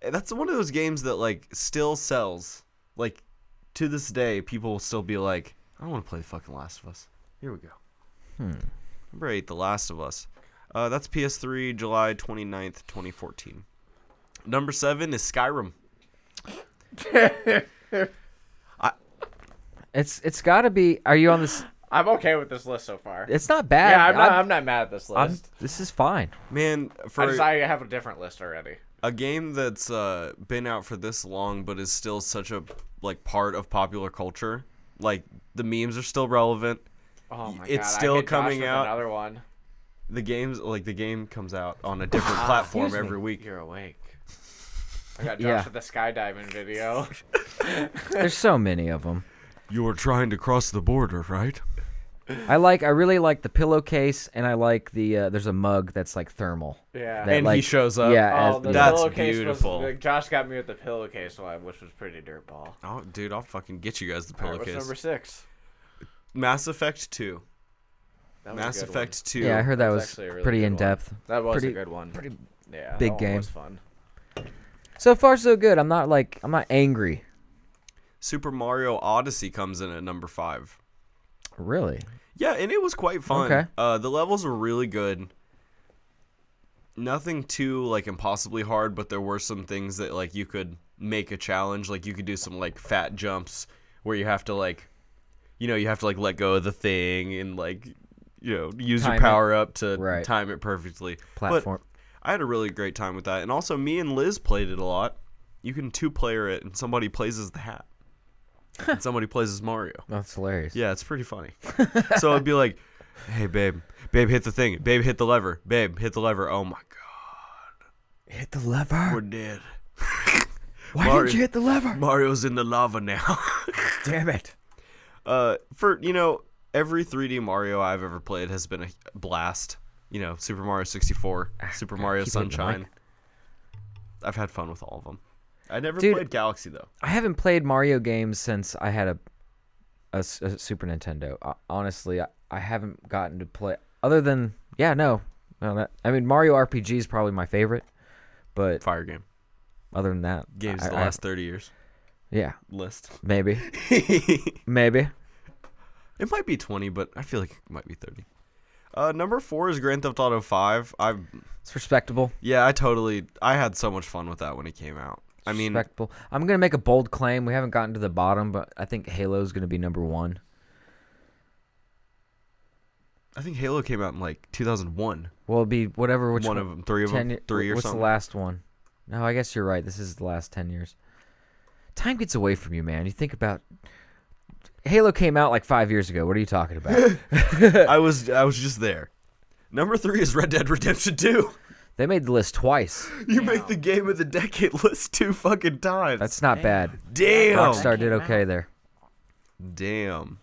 Speaker 2: And That's one of those games that like still sells. Like to this day, people will still be like, "I don't want to play the fucking Last of Us." Here we go.
Speaker 3: Hmm.
Speaker 2: Number eight, The Last of Us. Uh, that's PS3, July 29th, 2014. Number seven is Skyrim.
Speaker 3: It's it's got to be are you on this
Speaker 4: I'm okay with this list so far.
Speaker 3: It's not bad.
Speaker 4: yeah, I'm not. I'm, not mad at this
Speaker 3: I'm-
Speaker 4: list.
Speaker 3: this is fine.
Speaker 2: Man,
Speaker 4: I,
Speaker 2: for
Speaker 4: just, I have a different list already.
Speaker 2: a game that's uh, been out for this long but is still such a like part of popular culture like the memes are still relevant
Speaker 4: Oh my god!
Speaker 2: It's
Speaker 4: I
Speaker 2: still
Speaker 4: hit Josh
Speaker 2: coming
Speaker 4: with
Speaker 2: out.
Speaker 4: Another one.
Speaker 2: the games like the game comes out on a different platform every week
Speaker 4: You're awake. I got Josh
Speaker 3: Yeah.
Speaker 4: with the skydiving video.
Speaker 3: There's so many of them.
Speaker 2: you were trying to cross the border right
Speaker 3: I like I really like the pillowcase and I like the uh, there's a mug that's like thermal.
Speaker 4: Yeah.
Speaker 3: That,
Speaker 2: and he
Speaker 3: like-
Speaker 2: shows up
Speaker 3: yeah,
Speaker 4: oh,
Speaker 3: as-
Speaker 4: the
Speaker 2: That's
Speaker 4: pillowcase
Speaker 2: beautiful.
Speaker 4: Was, like, Josh got me with the pillowcase one, which was pretty dirtball.
Speaker 2: oh dude i'll fucking get you guys the
Speaker 4: Alright, what's
Speaker 2: pillowcase
Speaker 4: Oh, number six?
Speaker 2: mass effect 2
Speaker 4: That was a
Speaker 2: mass
Speaker 4: good
Speaker 2: effect 2
Speaker 3: Yeah, I heard that
Speaker 4: That's
Speaker 3: was
Speaker 4: actually a really
Speaker 3: pretty
Speaker 4: good
Speaker 3: in
Speaker 4: one.
Speaker 3: depth.
Speaker 4: One. That was
Speaker 3: Pretty-
Speaker 4: a good one. Pretty yeah,
Speaker 3: big
Speaker 4: that
Speaker 3: game.
Speaker 4: One was fun.
Speaker 3: So far so good. I'm not like I'm not angry.
Speaker 2: super mario odyssey comes in at number 5
Speaker 3: Really?
Speaker 2: Yeah, and it was quite fun.
Speaker 3: Okay.
Speaker 2: Uh, the levels were really good. Nothing too like impossibly hard, but there were some things that like you could make a challenge. Like you could do some like fat jumps where you have to like, you know, you have to like let go of the thing and like, you know, use
Speaker 3: Time it.
Speaker 2: your power up to
Speaker 3: Right.
Speaker 2: time it perfectly.
Speaker 3: Platform.
Speaker 2: But I had a really great time with that, and also me and Liz played it a lot. You can two player it, and somebody plays as the hat, and somebody plays as Mario.
Speaker 3: That's hilarious.
Speaker 2: Yeah, it's pretty funny. so I'd be like, "Hey, babe, babe, hit the thing, babe, hit the lever, babe, hit the lever." Oh my god,
Speaker 3: Hit the lever.
Speaker 2: we're dead.
Speaker 3: Why
Speaker 2: Mario-
Speaker 3: didn't you hit the lever?
Speaker 2: Mario's in the lava now.
Speaker 3: Damn it.
Speaker 2: uh, for you know, every 3D Mario I've ever played has been a blast. You know, Super Mario 64, Super Mario
Speaker 3: keep hitting the
Speaker 2: Sunshine. I've had fun with all of them. I never
Speaker 3: Dude.
Speaker 2: played Galaxy though.
Speaker 3: I haven't played Mario games since I had a a s- a Super Nintendo. Uh, honestly, I, I haven't gotten to play other than yeah, no. No, that I mean Mario RPG is probably my favorite, but
Speaker 2: Fire game
Speaker 3: other than that,
Speaker 2: games
Speaker 3: I-
Speaker 2: the
Speaker 3: I-
Speaker 2: last 30 years
Speaker 3: yeah,
Speaker 2: list.
Speaker 3: maybe, maybe.
Speaker 2: It might be 20, but I feel like it might be 30. Uh, number four is Grand Theft Auto 5. I
Speaker 3: It's respectable.
Speaker 2: yeah, I totally I had so much fun with that when it came out. I mean,
Speaker 3: respectable. I'm gonna make a bold claim. We haven't gotten to the bottom, but I think Halo's gonna be number one.
Speaker 2: I think Halo came out in like 2001.
Speaker 3: Well, it'd be whatever. Which
Speaker 2: One of 'em, three of 'em,
Speaker 3: ten-
Speaker 2: three or
Speaker 3: What's
Speaker 2: something.
Speaker 3: the last one? No, I guess you're right. This is the last ten years. Time gets away from you, man. You think about Halo came out like five years ago. What are you talking about?
Speaker 2: I was I was just there. Number 3 is Red Dead Redemption 2.
Speaker 3: they made the list twice.
Speaker 2: You make the game of the decade list two fucking times.
Speaker 3: That's not bad.
Speaker 2: damn.
Speaker 3: Rockstar did okay there.
Speaker 2: Damn.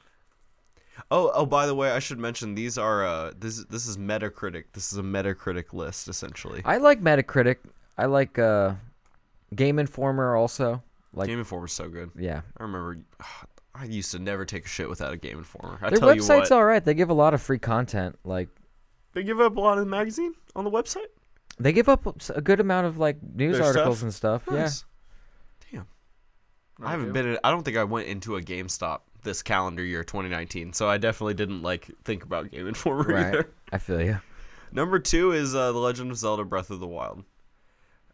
Speaker 2: Oh, oh! By the way, I should mention these are uh this this is Metacritic. This is a Metacritic list essentially.
Speaker 3: I like Metacritic. I like uh, Game Informer also. Like
Speaker 2: Game Informer is so good.
Speaker 3: yeah,
Speaker 2: I remember. I used to never take a shit without a Game Informer. I
Speaker 3: their
Speaker 2: tell you
Speaker 3: website's
Speaker 2: what,
Speaker 3: all right. They give a lot of free content. Like
Speaker 2: they give up a lot of the magazine on the website.
Speaker 3: they give up s- a good amount of like news
Speaker 2: Their
Speaker 3: articles
Speaker 2: stuff?
Speaker 3: and stuff.
Speaker 2: Nice. Damn. I haven't been. In, I don't think I went into a GameStop this calendar year, 2019. So I definitely didn't like think about Game Informer
Speaker 3: Yeah, right.
Speaker 2: either.
Speaker 3: I feel you.
Speaker 2: Number two is uh, The Legend of Zelda: Breath of the Wild.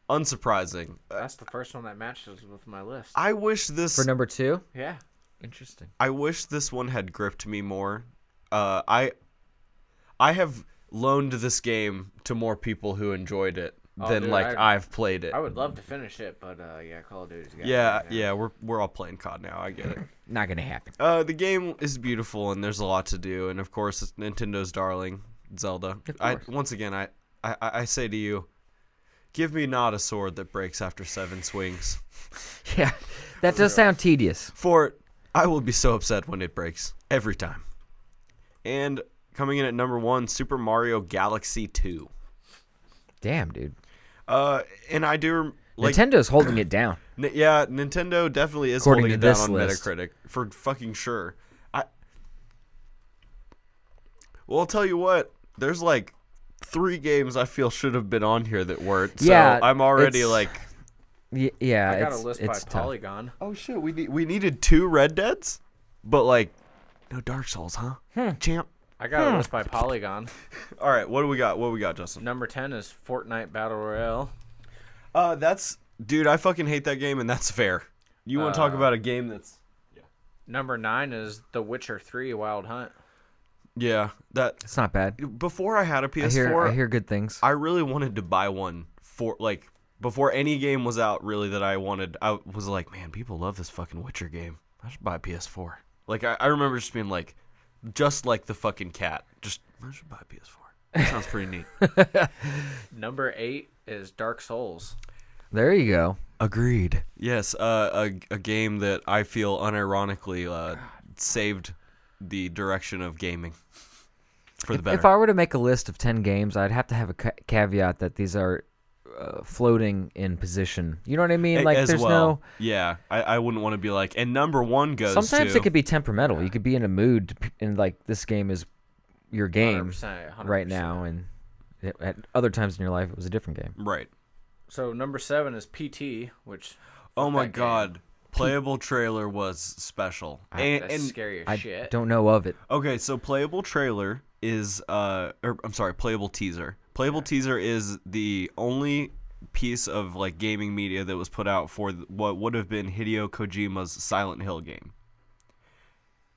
Speaker 2: Unsurprising.
Speaker 4: That's the first one that matches with my list.
Speaker 2: I wish this.
Speaker 3: For number two,
Speaker 4: Yeah.
Speaker 3: interesting.
Speaker 2: I wish this one had gripped me more. Uh, I I have loaned this game to more people who enjoyed it
Speaker 4: Oh,
Speaker 2: than
Speaker 4: dude,
Speaker 2: like
Speaker 4: I-
Speaker 2: have played it.
Speaker 4: I would love to finish it, but uh, yeah, Call of Duty's got
Speaker 2: yeah,
Speaker 4: me, man.
Speaker 2: yeah, we're we're all playing COD now. I get it.
Speaker 3: Not gonna happen.
Speaker 2: Uh, the game is beautiful and there's a lot to do, and of course it's Nintendo's darling, Zelda. I
Speaker 3: course.
Speaker 2: once again I, I I I say to you, give me not a sword that breaks after seven swings.
Speaker 3: Yeah, that does sound tedious.
Speaker 2: for it. I will be so upset when it breaks every time. And coming in at number one, Super Mario Galaxy Two.
Speaker 3: Damn, dude.
Speaker 2: Uh, and I do rem- like
Speaker 3: Nintendo's holding it down.
Speaker 2: N- yeah, Nintendo definitely is
Speaker 3: According
Speaker 2: holding
Speaker 3: to
Speaker 2: it down
Speaker 3: this
Speaker 2: on
Speaker 3: list.
Speaker 2: Metacritic for fucking sure. I well, I'll tell you what. There's like three games I feel should have been on here that weren't. So
Speaker 3: Yeah,
Speaker 2: I'm already
Speaker 3: it's-
Speaker 2: like,
Speaker 3: Y- yeah,
Speaker 4: I got
Speaker 3: it's,
Speaker 4: a list by
Speaker 3: it's tough.
Speaker 4: Polygon.
Speaker 2: oh shit, we need we needed two Red Deads, but like no Dark Souls, huh?
Speaker 3: Hmm.
Speaker 2: Champ.
Speaker 4: I got a list by Polygon.
Speaker 2: All right, what do we got? What do we got, Justin?
Speaker 4: Number 10 is Fortnite Battle Royale.
Speaker 2: Uh, that's dude. I fucking hate that game, and that's fair. You want to talk about a game that's
Speaker 4: Number 9 is The Witcher 3 Wild Hunt.
Speaker 2: yeah. That
Speaker 3: It's not bad.
Speaker 2: before I had a PS4,
Speaker 3: I hear, I hear good things.
Speaker 2: I really wanted to buy one for like before any game was out. Really, that I wanted. I was like, man, people love this fucking Witcher game. I should buy a PS4. Like I, I remember just being like, just like the fucking cat. Just I should buy a PS4. That sounds pretty neat.
Speaker 4: Number 8 is Dark Souls.
Speaker 3: There you go.
Speaker 2: Agreed. Yes, uh, a a game that I feel unironically uh, saved the direction of gaming for the better.
Speaker 3: If I were to make a list of 10 games, I'd have to have a ca- caveat that these are uh, floating in position. You know what I mean?
Speaker 2: A-
Speaker 3: Like,
Speaker 2: as
Speaker 3: there's
Speaker 2: well. Yeah, I, I wouldn't want to be like, and number one
Speaker 3: no.
Speaker 2: goes.
Speaker 3: Sometimes
Speaker 2: to,
Speaker 3: it could be temperamental. You could be in a mood, to p- and like, this game is your game
Speaker 4: 100%, 100%.
Speaker 3: right now. And it, at other times in your life, it was a different game.
Speaker 2: right.
Speaker 4: So number 7 is PT, which
Speaker 2: Oh my
Speaker 4: that game.
Speaker 2: god, playable trailer was special. and,
Speaker 4: that's
Speaker 2: and-
Speaker 4: scary as
Speaker 3: I
Speaker 4: shit.
Speaker 3: don't know of it.
Speaker 2: okay, so playable trailer is uh, or I'm sorry, playable teaser. Playable teaser is the only piece of like gaming media that was put out for th- what would have been Hideo Kojima's Silent Hill game.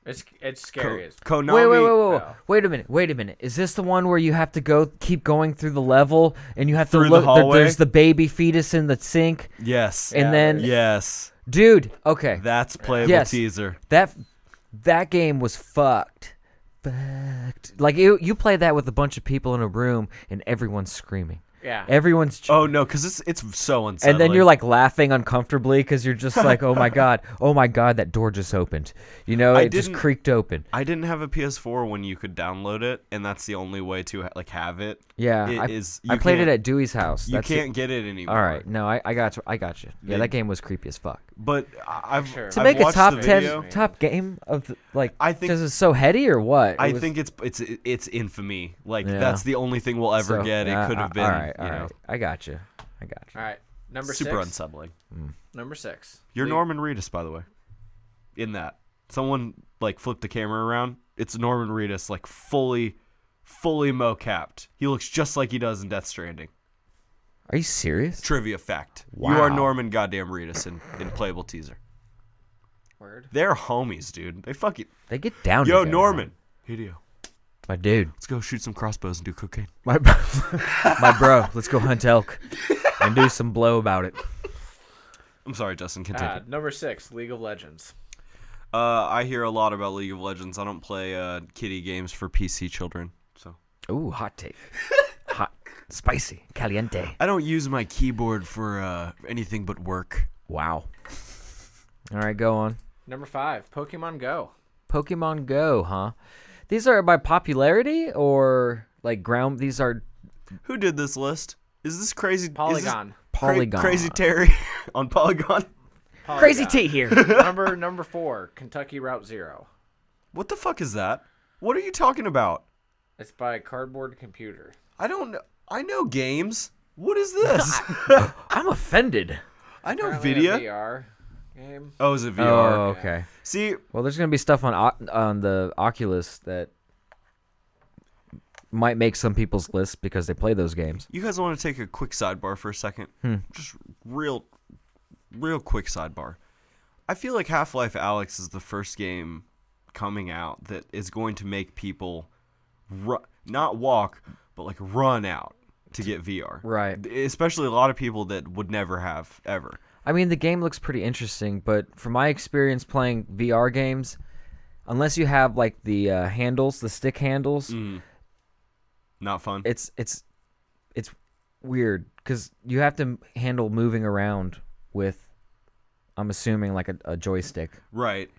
Speaker 4: It's it's
Speaker 2: Ko-
Speaker 4: scary. as
Speaker 2: Konami.
Speaker 3: Wait, wait, wait, wait, wait.
Speaker 4: Oh.
Speaker 3: Wait a minute. Wait a minute. Is this the one where you have to go keep going through the level and you have
Speaker 2: Through
Speaker 3: to
Speaker 2: the
Speaker 3: look there-
Speaker 2: hallway?
Speaker 3: there's the baby fetus in the sink
Speaker 2: Yes.
Speaker 3: and then
Speaker 2: yes,
Speaker 3: dude, okay.
Speaker 2: that's playable
Speaker 3: Yes.
Speaker 2: teaser.
Speaker 3: That that game was fucked. Fucked. Like you you play that with a bunch of people in a room and everyone's screaming.
Speaker 4: Yeah.
Speaker 3: Everyone's ch-
Speaker 2: Oh no, because it's it's so unsettling.
Speaker 3: and then you're like laughing uncomfortably because you're just like, oh my god, oh my god, that door just opened. You know,
Speaker 2: I
Speaker 3: it just
Speaker 2: didn't-
Speaker 3: creaked open.
Speaker 2: I didn't have a PS4 when you could download it, and that's the only way to ha- like have it.
Speaker 3: Yeah,
Speaker 2: It
Speaker 3: I,
Speaker 2: is-
Speaker 3: I
Speaker 2: you
Speaker 3: played it
Speaker 2: can't-
Speaker 3: at Dewey's house.
Speaker 2: You
Speaker 3: That's it.
Speaker 2: can't get it anymore.
Speaker 3: All right, no, I, I got you. I got you. Yeah, that game was creepy as fuck.
Speaker 2: but I- I've
Speaker 4: Sure.
Speaker 2: I've
Speaker 4: To
Speaker 3: To make a
Speaker 2: watched
Speaker 3: top
Speaker 2: the video.
Speaker 3: ten, top game of the, like,
Speaker 2: I think-
Speaker 3: because it's so heady or what? It
Speaker 2: I
Speaker 3: was-
Speaker 2: think it's it's it's infamy. Like
Speaker 3: Yeah.
Speaker 2: that's the only thing we'll ever
Speaker 3: so-
Speaker 2: get.
Speaker 3: yeah,
Speaker 2: It could
Speaker 3: I-
Speaker 2: have been,
Speaker 3: All right, all
Speaker 2: you know,
Speaker 3: right. I got you. I got you.
Speaker 4: All right. Number
Speaker 2: super
Speaker 4: 6.
Speaker 2: unsettling.
Speaker 4: number 6.
Speaker 2: You're
Speaker 4: Le-
Speaker 2: Norman Reedus, by the way. In that, someone like flip the camera around, it's Norman Reedus like fully, fully mocapped. He looks just like he does in Death Stranding.
Speaker 3: Are you serious?
Speaker 2: Trivia fact: You are
Speaker 3: Wow.
Speaker 2: Norman Goddamn Reedus in, in playable teaser.
Speaker 4: Word.
Speaker 2: They're homies, dude. They fucking
Speaker 3: They get down.
Speaker 2: yo
Speaker 3: together.
Speaker 2: Norman. Hideo,
Speaker 3: my dude,
Speaker 2: let's go shoot some crossbows and do cocaine.
Speaker 3: my bro, my bro. Let's go hunt elk and do some blow about it.
Speaker 2: I'm sorry, Justin. Continue.
Speaker 4: Uh, number six, League of Legends.
Speaker 2: Uh, I hear a lot about League of Legends. I don't play uh, kiddie games for PC children, so
Speaker 3: Ooh, hot take, hot, spicy, caliente.
Speaker 2: I don't use my keyboard for uh, anything but work.
Speaker 3: Wow. All right, go on.
Speaker 4: Number five, Pokemon Go.
Speaker 3: Pokemon Go, huh? These are by popularity or like ground. These are
Speaker 2: Who did this list? Is this crazy? is this
Speaker 4: Polygon.
Speaker 2: cra-
Speaker 3: Polygon.
Speaker 2: crazy Terry on Polygon.
Speaker 3: crazy tea here.
Speaker 4: number number four, Kentucky Route Zero.
Speaker 2: What the fuck is that? What are you talking about?
Speaker 4: It's by Cardboard Computer.
Speaker 2: I don't. kn- I know games. What is this?
Speaker 3: I'm offended.
Speaker 2: I know
Speaker 4: Apparently a
Speaker 2: video.
Speaker 4: VR game.
Speaker 2: Oh, is it
Speaker 3: Oh,
Speaker 2: VR?
Speaker 3: okay.
Speaker 2: See,
Speaker 3: Well, there's gonna be stuff on Oc- on the Oculus that might make some people's lists because they play those games.
Speaker 2: you guys want to take a quick sidebar for a second? Just real, real quick sidebar. I feel like Half Life Alex is the first game coming out that is going to make people ru- not walk, but like run out to get VR.
Speaker 3: Right.
Speaker 2: Especially a lot of people that would never have ever.
Speaker 3: I mean, the game looks pretty interesting, but from my experience playing VR games, unless you have like the uh, handles, the stick handles,
Speaker 2: Not fun.
Speaker 3: it's it's it's weird because you have to m- handle moving around with i'm assuming like a, a joystick
Speaker 2: right.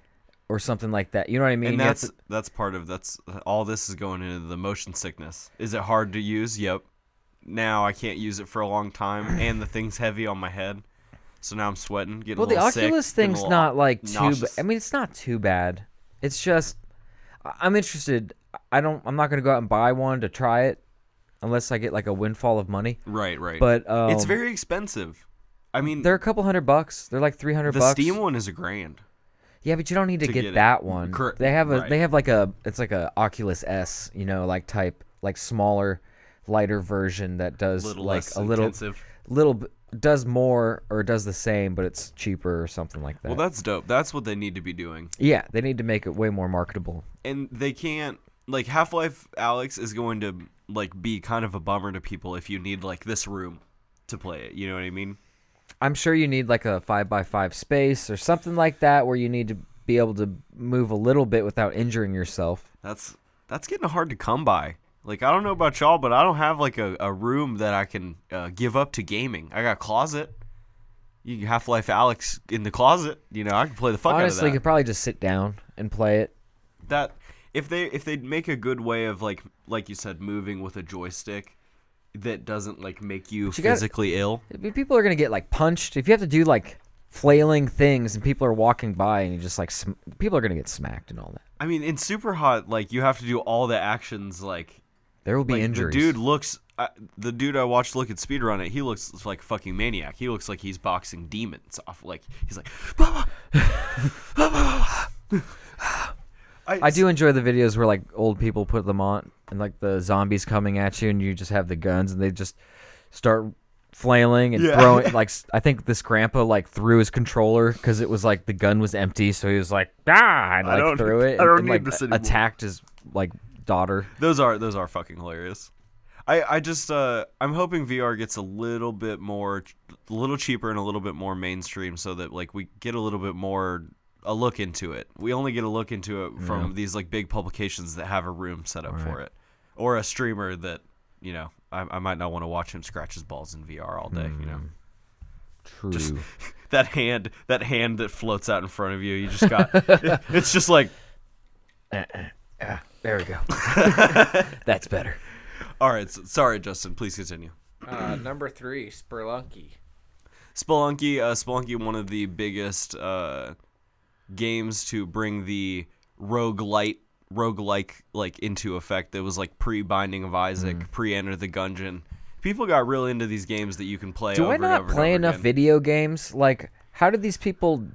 Speaker 3: or something like that you know what i mean
Speaker 2: And
Speaker 3: You have
Speaker 2: that's that's part of that's all this is going into the motion sickness. Is it hard to use? Yep. Now I can't use it for a long time, and the thing's heavy on my head, so now I'm sweating. Getting
Speaker 3: to, well
Speaker 2: a
Speaker 3: the
Speaker 2: little
Speaker 3: oculus
Speaker 2: sick, getting a
Speaker 3: thing's
Speaker 2: little
Speaker 3: not like too ba-
Speaker 2: nauseous.
Speaker 3: i mean it's not too bad it's just I- i'm interested i don't i'm not going to go out and buy one to try it unless i get like a windfall of money
Speaker 2: right, right.
Speaker 3: but um,
Speaker 2: it's very expensive. I mean,
Speaker 3: they're a couple hundred bucks they're like 300
Speaker 2: the
Speaker 3: bucks
Speaker 2: Steam one is a grand.
Speaker 3: Yeah, but you don't need to,
Speaker 2: to
Speaker 3: get,
Speaker 2: get it.
Speaker 3: that one.
Speaker 2: Cor-
Speaker 3: they have a
Speaker 2: right.
Speaker 3: they have like a it's like a Oculus S, you know, like type like smaller, lighter version that does
Speaker 2: Little
Speaker 3: like
Speaker 2: less
Speaker 3: a little
Speaker 2: intensive.
Speaker 3: little b- does more or does the same, but it's cheaper or something like that.
Speaker 2: Well, that's dope. That's what they need to be doing.
Speaker 3: yeah, they need to make it way more marketable.
Speaker 2: and they can't like Half Life Alex is going to like be kind of a bummer to people if you need like this room to play it. You know what I mean?
Speaker 3: I'm sure you need like a five by five space or something like that where you need to be able to move a little bit without injuring yourself.
Speaker 2: That's that's getting hard to come by. Like I don't know about y'all, but I don't have like a, a room that I can uh, give up to gaming. I got a closet. You Half Life Alex in the closet. You know I can play the fuck
Speaker 3: Honestly,
Speaker 2: out
Speaker 3: you
Speaker 2: of
Speaker 3: could probably just sit down and play it.
Speaker 2: that. That if they if they make a good way of like like you said moving with a joystick that doesn't like make you,
Speaker 3: you gotta-
Speaker 2: physically ill.
Speaker 3: I mean, people are gonna get like punched if you have to do like flailing things and people are walking by and you just like sm- people are gonna get smacked and all that
Speaker 2: I mean, in Super Hot, like you have to do all the actions. Like,
Speaker 3: there will be
Speaker 2: like,
Speaker 3: injuries
Speaker 2: the dude looks. I the dude I watched look at speedrun it. He looks like a fucking maniac. He looks like he's boxing demons off. Like he's like. "Baba! Baba!"
Speaker 3: i do enjoy the videos where like old people put them on and like the zombies coming at you and you just have the guns and they just start flailing and
Speaker 2: Yeah.
Speaker 3: throwing like s- i think this grandpa like threw his controller because it was like the gun was empty so he was like ah and like
Speaker 2: don't-
Speaker 3: threw it
Speaker 2: I don't
Speaker 3: and,
Speaker 2: need
Speaker 3: like,
Speaker 2: this
Speaker 3: a-
Speaker 2: anymore.
Speaker 3: attacked his like daughter
Speaker 2: Those are those are fucking hilarious. I I just uh I'm hoping VR gets a little bit more, a little cheaper and a little bit more mainstream, so that like we get a little bit more a look into it. We only get a look into it from these like big publications that have a room set up for it, or a streamer that you know I, I might not want to watch him scratch his balls in VR all day. You know
Speaker 3: true
Speaker 2: that hand that hand that floats out in front of you. You just got it's just like Uh-uh. Uh.
Speaker 3: there we go that's better
Speaker 2: all right. So, sorry, Justin. Please continue.
Speaker 4: Uh, number three, Spelunky.
Speaker 2: Spelunky, uh, Spelunky, one of the biggest uh, games to bring the roguelite roguelike like into effect that was like pre Binding of Isaac,
Speaker 3: Mm.
Speaker 2: pre Enter the Gungeon. People got real into these games that you can play.
Speaker 3: Do
Speaker 2: over
Speaker 3: I
Speaker 2: and
Speaker 3: not
Speaker 2: over and
Speaker 3: play
Speaker 2: over
Speaker 3: enough
Speaker 2: again.
Speaker 3: video games? Like, how do these people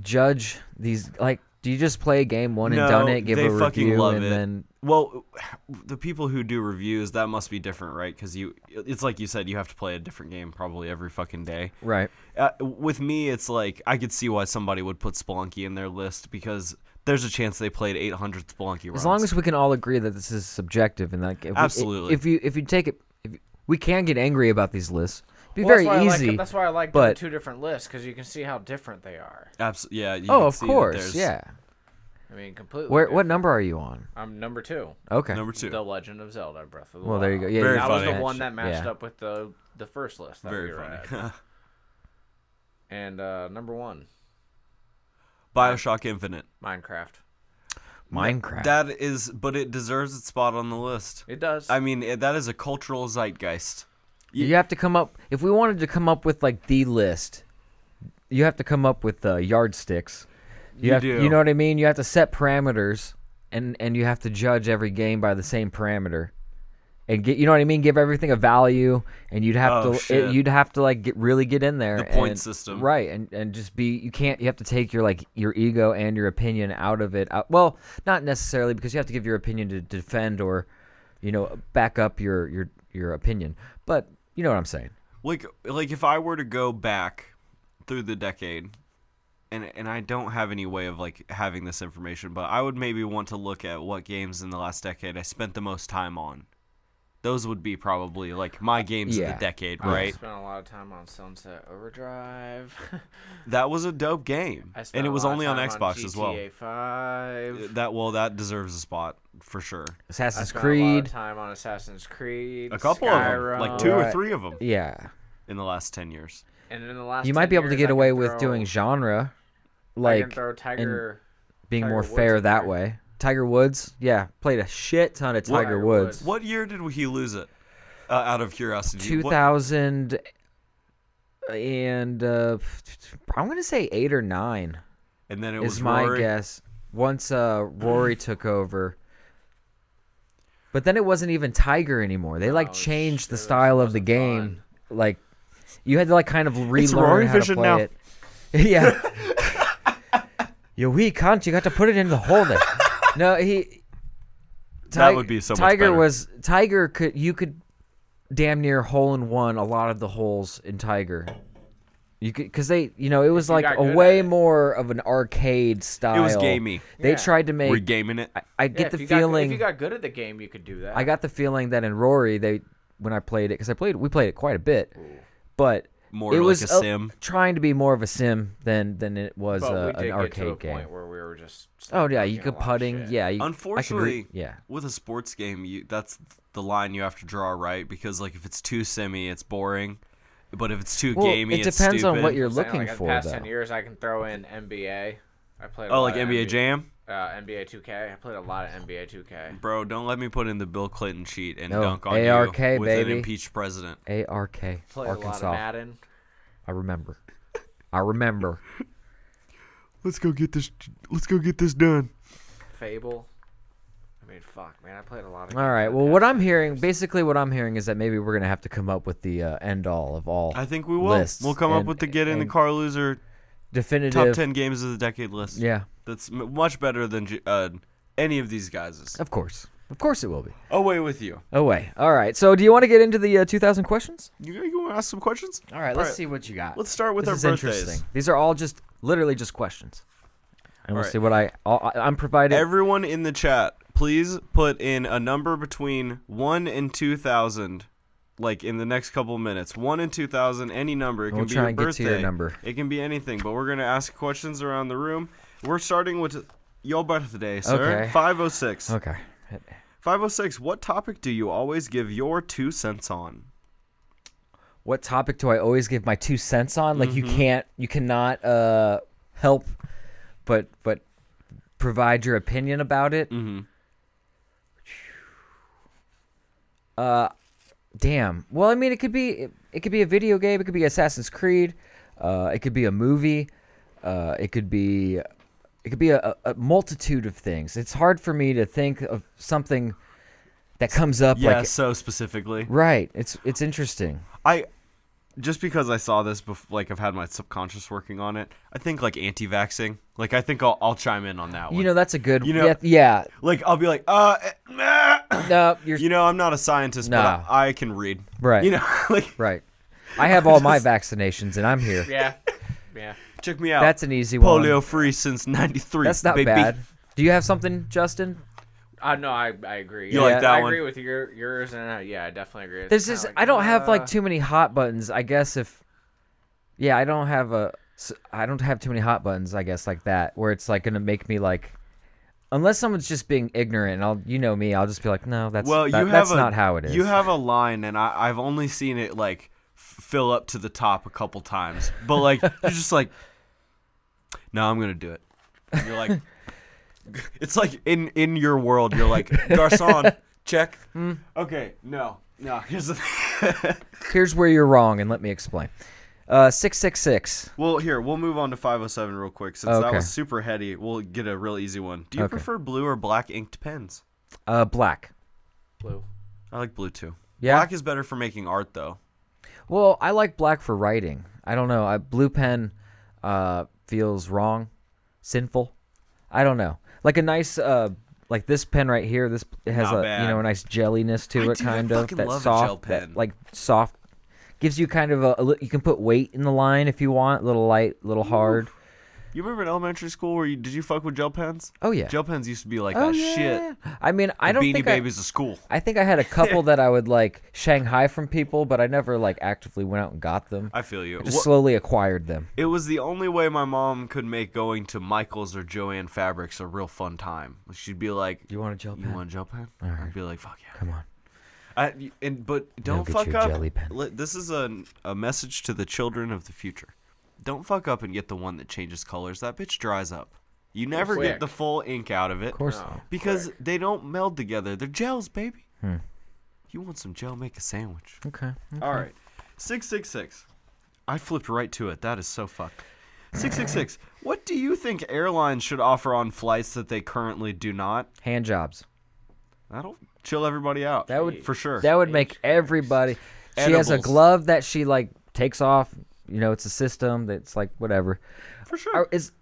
Speaker 3: judge these? Like, Do you just play game one and done it, give
Speaker 2: they
Speaker 3: a
Speaker 2: fucking
Speaker 3: review,
Speaker 2: love
Speaker 3: and
Speaker 2: it.
Speaker 3: then
Speaker 2: Well, the people who do reviews, that must be different, right? Because you, it's like you said, you have to play a different game probably every fucking day.
Speaker 3: right?
Speaker 2: Uh, with me, it's like I could see why somebody would put Spelunky in their list because there's a chance they played 800 Spelunky runs.
Speaker 3: As long as we can all agree that this is subjective and like if we-
Speaker 2: Absolutely.
Speaker 3: if you if you take it, if you, we can get angry about these lists. It'd be
Speaker 4: Well,
Speaker 3: very
Speaker 4: that's why I
Speaker 3: easy.
Speaker 4: like, that's why I like doing
Speaker 3: but
Speaker 4: two different lists because you can see how different they are.
Speaker 2: Abs- yeah. You
Speaker 3: oh,
Speaker 2: can
Speaker 3: of
Speaker 2: see that
Speaker 3: course,
Speaker 2: there's-
Speaker 3: yeah.
Speaker 4: I mean, completely.
Speaker 3: Where what
Speaker 4: different.
Speaker 3: number are you on?
Speaker 4: I'm number two.
Speaker 3: Okay,
Speaker 2: Number two.
Speaker 4: The Legend of Zelda: Breath of the
Speaker 3: Well,
Speaker 4: Wild.
Speaker 3: there you go. Yeah,
Speaker 2: Very
Speaker 4: that was
Speaker 2: funny.
Speaker 4: the one that matched
Speaker 3: Yeah.
Speaker 4: up with the the first list. That
Speaker 2: Very
Speaker 4: we were At.
Speaker 2: funny.
Speaker 4: And uh, number one,
Speaker 2: Bioshock Infinite.
Speaker 4: Minecraft.
Speaker 3: Minecraft.
Speaker 2: That is, but it deserves its spot on the list.
Speaker 4: It does.
Speaker 2: I mean, it, that is a cultural zeitgeist.
Speaker 3: you have to come up if we wanted to come up with like the list. You have to come up with uh, yardsticks. You, have,
Speaker 2: do.
Speaker 3: You know what I mean? You have to set parameters, and and you have to judge every game by the same parameter, and get you know what I mean. Give everything a value, and you'd have
Speaker 2: Oh,
Speaker 3: to
Speaker 2: shit.
Speaker 3: you'd have to like get, really get in there.
Speaker 2: The point
Speaker 3: and-
Speaker 2: system.
Speaker 3: right? And and just be you can't you have to take your like your ego and your opinion out of it. Out, well, not necessarily because you have to give your opinion to defend or, you know, back up your your your opinion. But you know what I'm saying?
Speaker 2: like like if I were to go back through the decade and and I don't have any way of like having this information, but I would maybe want to look at what games in the last decade I spent the most time on. Those would be probably like my games of
Speaker 3: Yeah.
Speaker 2: the decade,
Speaker 4: I
Speaker 2: right?
Speaker 4: spent a lot of time on Sunset Overdrive.
Speaker 2: That was a dope game.
Speaker 4: I spent
Speaker 2: And it
Speaker 4: a
Speaker 2: was
Speaker 4: lot of
Speaker 2: only on
Speaker 4: time
Speaker 2: Xbox as well.
Speaker 4: GTA Five.
Speaker 2: That well, that deserves a spot for sure.
Speaker 4: I
Speaker 3: Assassin's
Speaker 4: spent a lot of
Speaker 3: Creed.
Speaker 4: time on Assassin's Creed.
Speaker 2: A couple
Speaker 4: Skyrim,
Speaker 2: of them, like two or
Speaker 3: Right.
Speaker 2: three of them
Speaker 3: Yeah,
Speaker 2: in the last 10 years.
Speaker 4: And in the last,
Speaker 3: you might
Speaker 4: 10
Speaker 3: be able to
Speaker 4: years, I
Speaker 3: get
Speaker 4: can
Speaker 3: away with
Speaker 4: throw-
Speaker 3: doing genre,
Speaker 4: I can
Speaker 3: like
Speaker 4: throw Tiger.
Speaker 3: being
Speaker 4: Tiger
Speaker 3: more
Speaker 4: Woods
Speaker 3: fair
Speaker 4: in
Speaker 3: that
Speaker 4: there.
Speaker 3: way. Tiger Woods, yeah, played a shit ton of Tiger
Speaker 4: Tiger
Speaker 3: Woods.
Speaker 4: Woods.
Speaker 2: What year did he lose it? Uh, out of curiosity.
Speaker 3: Two
Speaker 2: What-
Speaker 3: thousand and uh, I'm gonna say eight or nine.
Speaker 2: and then it
Speaker 3: is
Speaker 2: was
Speaker 3: my
Speaker 2: Rory.
Speaker 3: guess. Once uh, Rory took over, but then it wasn't even Tiger anymore. They
Speaker 2: Oh,
Speaker 3: like changed the style of the game. Like you had to like kind of relearn
Speaker 2: Rory
Speaker 3: how to
Speaker 2: Vision
Speaker 3: play
Speaker 2: now.
Speaker 3: it. yeah. you weak cunt! You got to put it in the holder. no, he.
Speaker 2: That
Speaker 3: Ti-
Speaker 2: would be so much
Speaker 3: Tiger
Speaker 2: better.
Speaker 3: was Tiger could you could damn near hole in one a lot of the holes in Tiger. You could because they you know it was
Speaker 4: you
Speaker 3: like
Speaker 4: got
Speaker 3: a
Speaker 4: good
Speaker 3: way
Speaker 4: at it.
Speaker 3: more of an arcade style.
Speaker 2: gamey.
Speaker 3: They
Speaker 4: Yeah.
Speaker 3: tried to make.
Speaker 2: We're gaming it.
Speaker 3: I, I get
Speaker 4: Yeah,
Speaker 3: the
Speaker 4: if you got-
Speaker 3: feeling.
Speaker 4: if you got good at the game, you could do that.
Speaker 3: I got the feeling that in Rory they when I played it because I played we played it quite a bit, but
Speaker 2: More
Speaker 3: it
Speaker 2: like
Speaker 3: was
Speaker 2: a sim.
Speaker 3: trying to be more of a sim than than it was
Speaker 4: But
Speaker 3: uh,
Speaker 4: we did
Speaker 3: an
Speaker 4: get
Speaker 3: arcade
Speaker 4: to a
Speaker 3: game.
Speaker 4: point where we were just.
Speaker 3: Oh yeah, you could
Speaker 4: can
Speaker 3: putting. Yeah, you, I could re-
Speaker 2: Unfortunately,
Speaker 3: yeah.
Speaker 2: with a sports game, you that's the line you have to draw, right? Because like if it's too semi, it's boring. But if it's too
Speaker 3: Well,
Speaker 2: gamey,
Speaker 3: it
Speaker 2: it's
Speaker 3: depends on
Speaker 2: stupid.
Speaker 3: what you're looking
Speaker 4: like, in
Speaker 3: for
Speaker 4: the past
Speaker 3: though.
Speaker 4: ten years, I can throw in NBA. I played. a
Speaker 2: Oh,
Speaker 4: lot
Speaker 2: like
Speaker 4: of
Speaker 2: NBA Jam,
Speaker 4: uh, NBA 2K. I played a lot of NBA 2K.
Speaker 2: bro. Don't let me put in the Bill Clinton cheat and
Speaker 3: No,
Speaker 2: dunk on
Speaker 3: ARK,
Speaker 2: you with
Speaker 3: baby.
Speaker 2: an impeached president.
Speaker 3: A R K
Speaker 4: Played a lot of
Speaker 3: Arkansas.
Speaker 4: Madden.
Speaker 3: I remember. I remember.
Speaker 6: Let's go get this. Let's go get this done.
Speaker 4: Fable. I mean, fuck, man. I played a lot of.
Speaker 3: All right. Well, what I'm hearing, basically, what I'm hearing is that maybe we're gonna have to come up with the uh, end all of all
Speaker 2: I think we will.
Speaker 3: Lists
Speaker 2: We'll come up
Speaker 3: and-
Speaker 2: with the get in the
Speaker 3: and
Speaker 2: car loser
Speaker 3: definitive
Speaker 2: top ten games of the decade list.
Speaker 3: Yeah,
Speaker 2: that's m- much better than j- uh, any of these guys'.
Speaker 3: of course, of course it will be.
Speaker 2: Away with you.
Speaker 3: Away. All right. So, do you want to get into the uh, 2,000 questions?
Speaker 2: You, you want to ask some questions?
Speaker 3: All right.
Speaker 2: let's Alright, see
Speaker 3: what you got.
Speaker 2: Let's start with
Speaker 3: this is
Speaker 2: our birthdays.
Speaker 3: interesting. These are all just literally just questions, and we'll
Speaker 2: Alright.
Speaker 3: see what I all, I- I'm provided.
Speaker 2: Everyone in the chat, please put in a number between 1 and 2,000, like in the next couple of minutes. 1 and 2,000, any number. It can
Speaker 3: We'll
Speaker 2: be
Speaker 3: try
Speaker 2: your
Speaker 3: and get to
Speaker 2: birthday.
Speaker 3: your number.
Speaker 2: It can be anything, but we're going to ask questions around the room. We're starting with your birthday, sir.
Speaker 3: Okay.
Speaker 2: 506.
Speaker 3: okay.
Speaker 2: 506, what topic do you always give your two cents on?
Speaker 3: What topic do I always give my two cents on? Like you can't, you cannot uh help, but but provide your opinion about it.
Speaker 2: Mhm.
Speaker 3: Uh, damn. Well, I mean, it could be it, it could be a video game. It could be Assassin's Creed. Uh, it could be a movie. Uh, it could be it could be a, a multitude of things. It's hard for me to think of something that comes up
Speaker 2: Yeah,
Speaker 3: like
Speaker 2: so specifically.
Speaker 3: right. It's it's interesting.
Speaker 2: I just because I saw this, bef- like I've had my subconscious working on it. I think like anti-vaxing. Like I think I'll, I'll chime in on that one.
Speaker 3: You know, that's a good.
Speaker 2: You know-
Speaker 3: yeah, yeah.
Speaker 2: like I'll be like, uh, eh, eh."
Speaker 3: No, you're
Speaker 2: you know, I'm not a scientist,
Speaker 3: Nah.
Speaker 2: but I, I can read.
Speaker 3: Right.
Speaker 2: You know, like
Speaker 3: right. I have all my vaccinations, and I'm here.
Speaker 4: Yeah. Yeah.
Speaker 2: check me out.
Speaker 3: That's an easy one.
Speaker 2: polio free since '93.
Speaker 3: That's not
Speaker 2: baby.
Speaker 3: bad. Do you have something, Justin?
Speaker 4: Uh, no, I, I agree.
Speaker 2: You
Speaker 4: yeah,
Speaker 2: like that
Speaker 4: I
Speaker 2: one?
Speaker 4: agree with your yours and uh, yeah, I definitely agree. It's
Speaker 3: There's
Speaker 4: kinda
Speaker 3: just I don't have
Speaker 4: uh,
Speaker 3: like too many hot buttons. I guess if yeah, I don't have a s- I don't have too many hot buttons. I guess like that where it's like gonna make me like unless someone's just being ignorant. And I'll you know me, I'll just be like no, that's
Speaker 2: Well,
Speaker 3: that-
Speaker 2: you have
Speaker 3: that's
Speaker 2: a-
Speaker 3: not how it is.
Speaker 2: You have a line, and I, I've only seen it like f- fill up to the top a couple times. But like you're just like, no, I'm gonna do it. And you're like, it's like in in your world, you're like, garçon, check.
Speaker 3: Hmm.
Speaker 2: Okay, no, no. Here's the.
Speaker 3: Here's where you're wrong, and let me explain. Uh, six six six.
Speaker 2: well, here we'll move on to 507 real quick since that
Speaker 3: Okay.
Speaker 2: was super heady. We'll get a real easy one. Do you
Speaker 3: Okay.
Speaker 2: prefer blue or black inked pens?
Speaker 3: Uh, black.
Speaker 4: blue.
Speaker 2: I like blue too.
Speaker 3: Yeah.
Speaker 2: Black is better for making art though.
Speaker 3: Well, I like black for writing. I don't know. I, blue pen uh, feels wrong, sinful. I don't know. Like a nice, uh, like this pen right here. This it has
Speaker 2: Not
Speaker 3: a you know a
Speaker 2: bad.
Speaker 3: nice jelliness to
Speaker 2: I
Speaker 3: it,
Speaker 2: do, I
Speaker 3: kind of
Speaker 2: fucking
Speaker 3: that
Speaker 2: love a
Speaker 3: soft,
Speaker 2: gel
Speaker 3: that
Speaker 2: pen.
Speaker 3: like soft. Gives you kind of a, a li- you can put weight in the line if you want, a little light, a little hard.
Speaker 2: You remember in elementary school where you did you fuck with gel pens?
Speaker 3: Oh yeah.
Speaker 2: Gel pens used to be like
Speaker 3: oh
Speaker 2: that
Speaker 3: yeah.
Speaker 2: shit.
Speaker 3: I mean, I don't
Speaker 2: Beanie
Speaker 3: think I,
Speaker 2: Babies of school.
Speaker 3: I think I had a couple that I would like Shanghai from people, but I never like actively went out and got them.
Speaker 2: I feel you.
Speaker 3: just
Speaker 2: Wha-
Speaker 3: slowly acquired them.
Speaker 2: it was the only way my mom could make going to Michael's or Joanne Fabrics a real fun time. She'd be like,
Speaker 3: You want a gel
Speaker 2: "You
Speaker 3: pen?
Speaker 2: want a gel pen?" I'd be like, "Fuck yeah!"
Speaker 3: Come on.
Speaker 2: I, and but don't
Speaker 3: get
Speaker 2: fuck
Speaker 3: you a
Speaker 2: up.
Speaker 3: jelly pen.
Speaker 2: Li- This is a a message to the children of the future. Don't fuck up and get the one that changes colors. That bitch dries up. You never
Speaker 4: Quick.
Speaker 2: get the full ink out of it.
Speaker 3: Of course.
Speaker 2: Because they don't meld together. They're gels, baby. You want some gel, make a sandwich.
Speaker 3: Hmm. Okay.
Speaker 2: All right. 666. I flipped right to it. That is so fucked. 666. What do you think airlines should offer on flights that they currently do not?
Speaker 3: Hand jobs.
Speaker 2: That'll chill everybody out.
Speaker 3: That would-
Speaker 2: for sure.
Speaker 3: That would make everybody. She has a
Speaker 2: Edibles.
Speaker 3: glove that she like takes off. You know, it's a system that's like whatever.
Speaker 2: for
Speaker 3: Are-
Speaker 2: sure.
Speaker 3: Is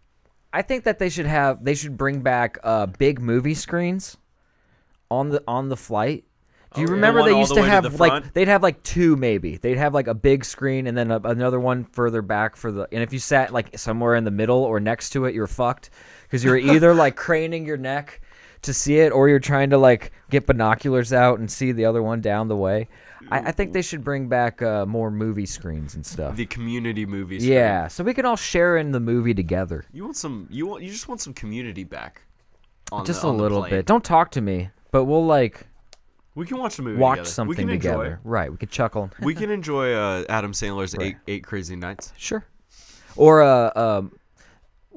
Speaker 3: I think that they should have they should bring back uh big movie screens on the on the flight. Do you remember
Speaker 2: Oh, The one
Speaker 3: they
Speaker 2: all
Speaker 3: used
Speaker 2: the
Speaker 3: to
Speaker 2: way to
Speaker 3: have
Speaker 2: the
Speaker 3: like
Speaker 2: front?
Speaker 3: they'd have like two maybe they'd have like a big screen and then a, another one further back for the and if you sat like somewhere in the middle or next to it you're fucked because you're either like craning your neck to see it or you're trying to like get binoculars out and see the other one down the way. I, I think they should bring back uh, more movie screens and stuff.
Speaker 2: The community movies.
Speaker 3: yeah, so we can all share in the movie together.
Speaker 2: You want some you want you just want some community back. On
Speaker 3: just
Speaker 2: the-
Speaker 3: a
Speaker 2: on the
Speaker 3: little
Speaker 2: plane.
Speaker 3: bit. Don't talk to me, but we'll like
Speaker 2: We can watch a movie
Speaker 3: watch
Speaker 2: together.
Speaker 3: something
Speaker 2: we can
Speaker 3: together.
Speaker 2: Enjoy,
Speaker 3: Right? We could chuckle.
Speaker 2: we can enjoy uh, Adam Sandler's eight, eight Crazy Nights.
Speaker 3: Sure. Or uh, um,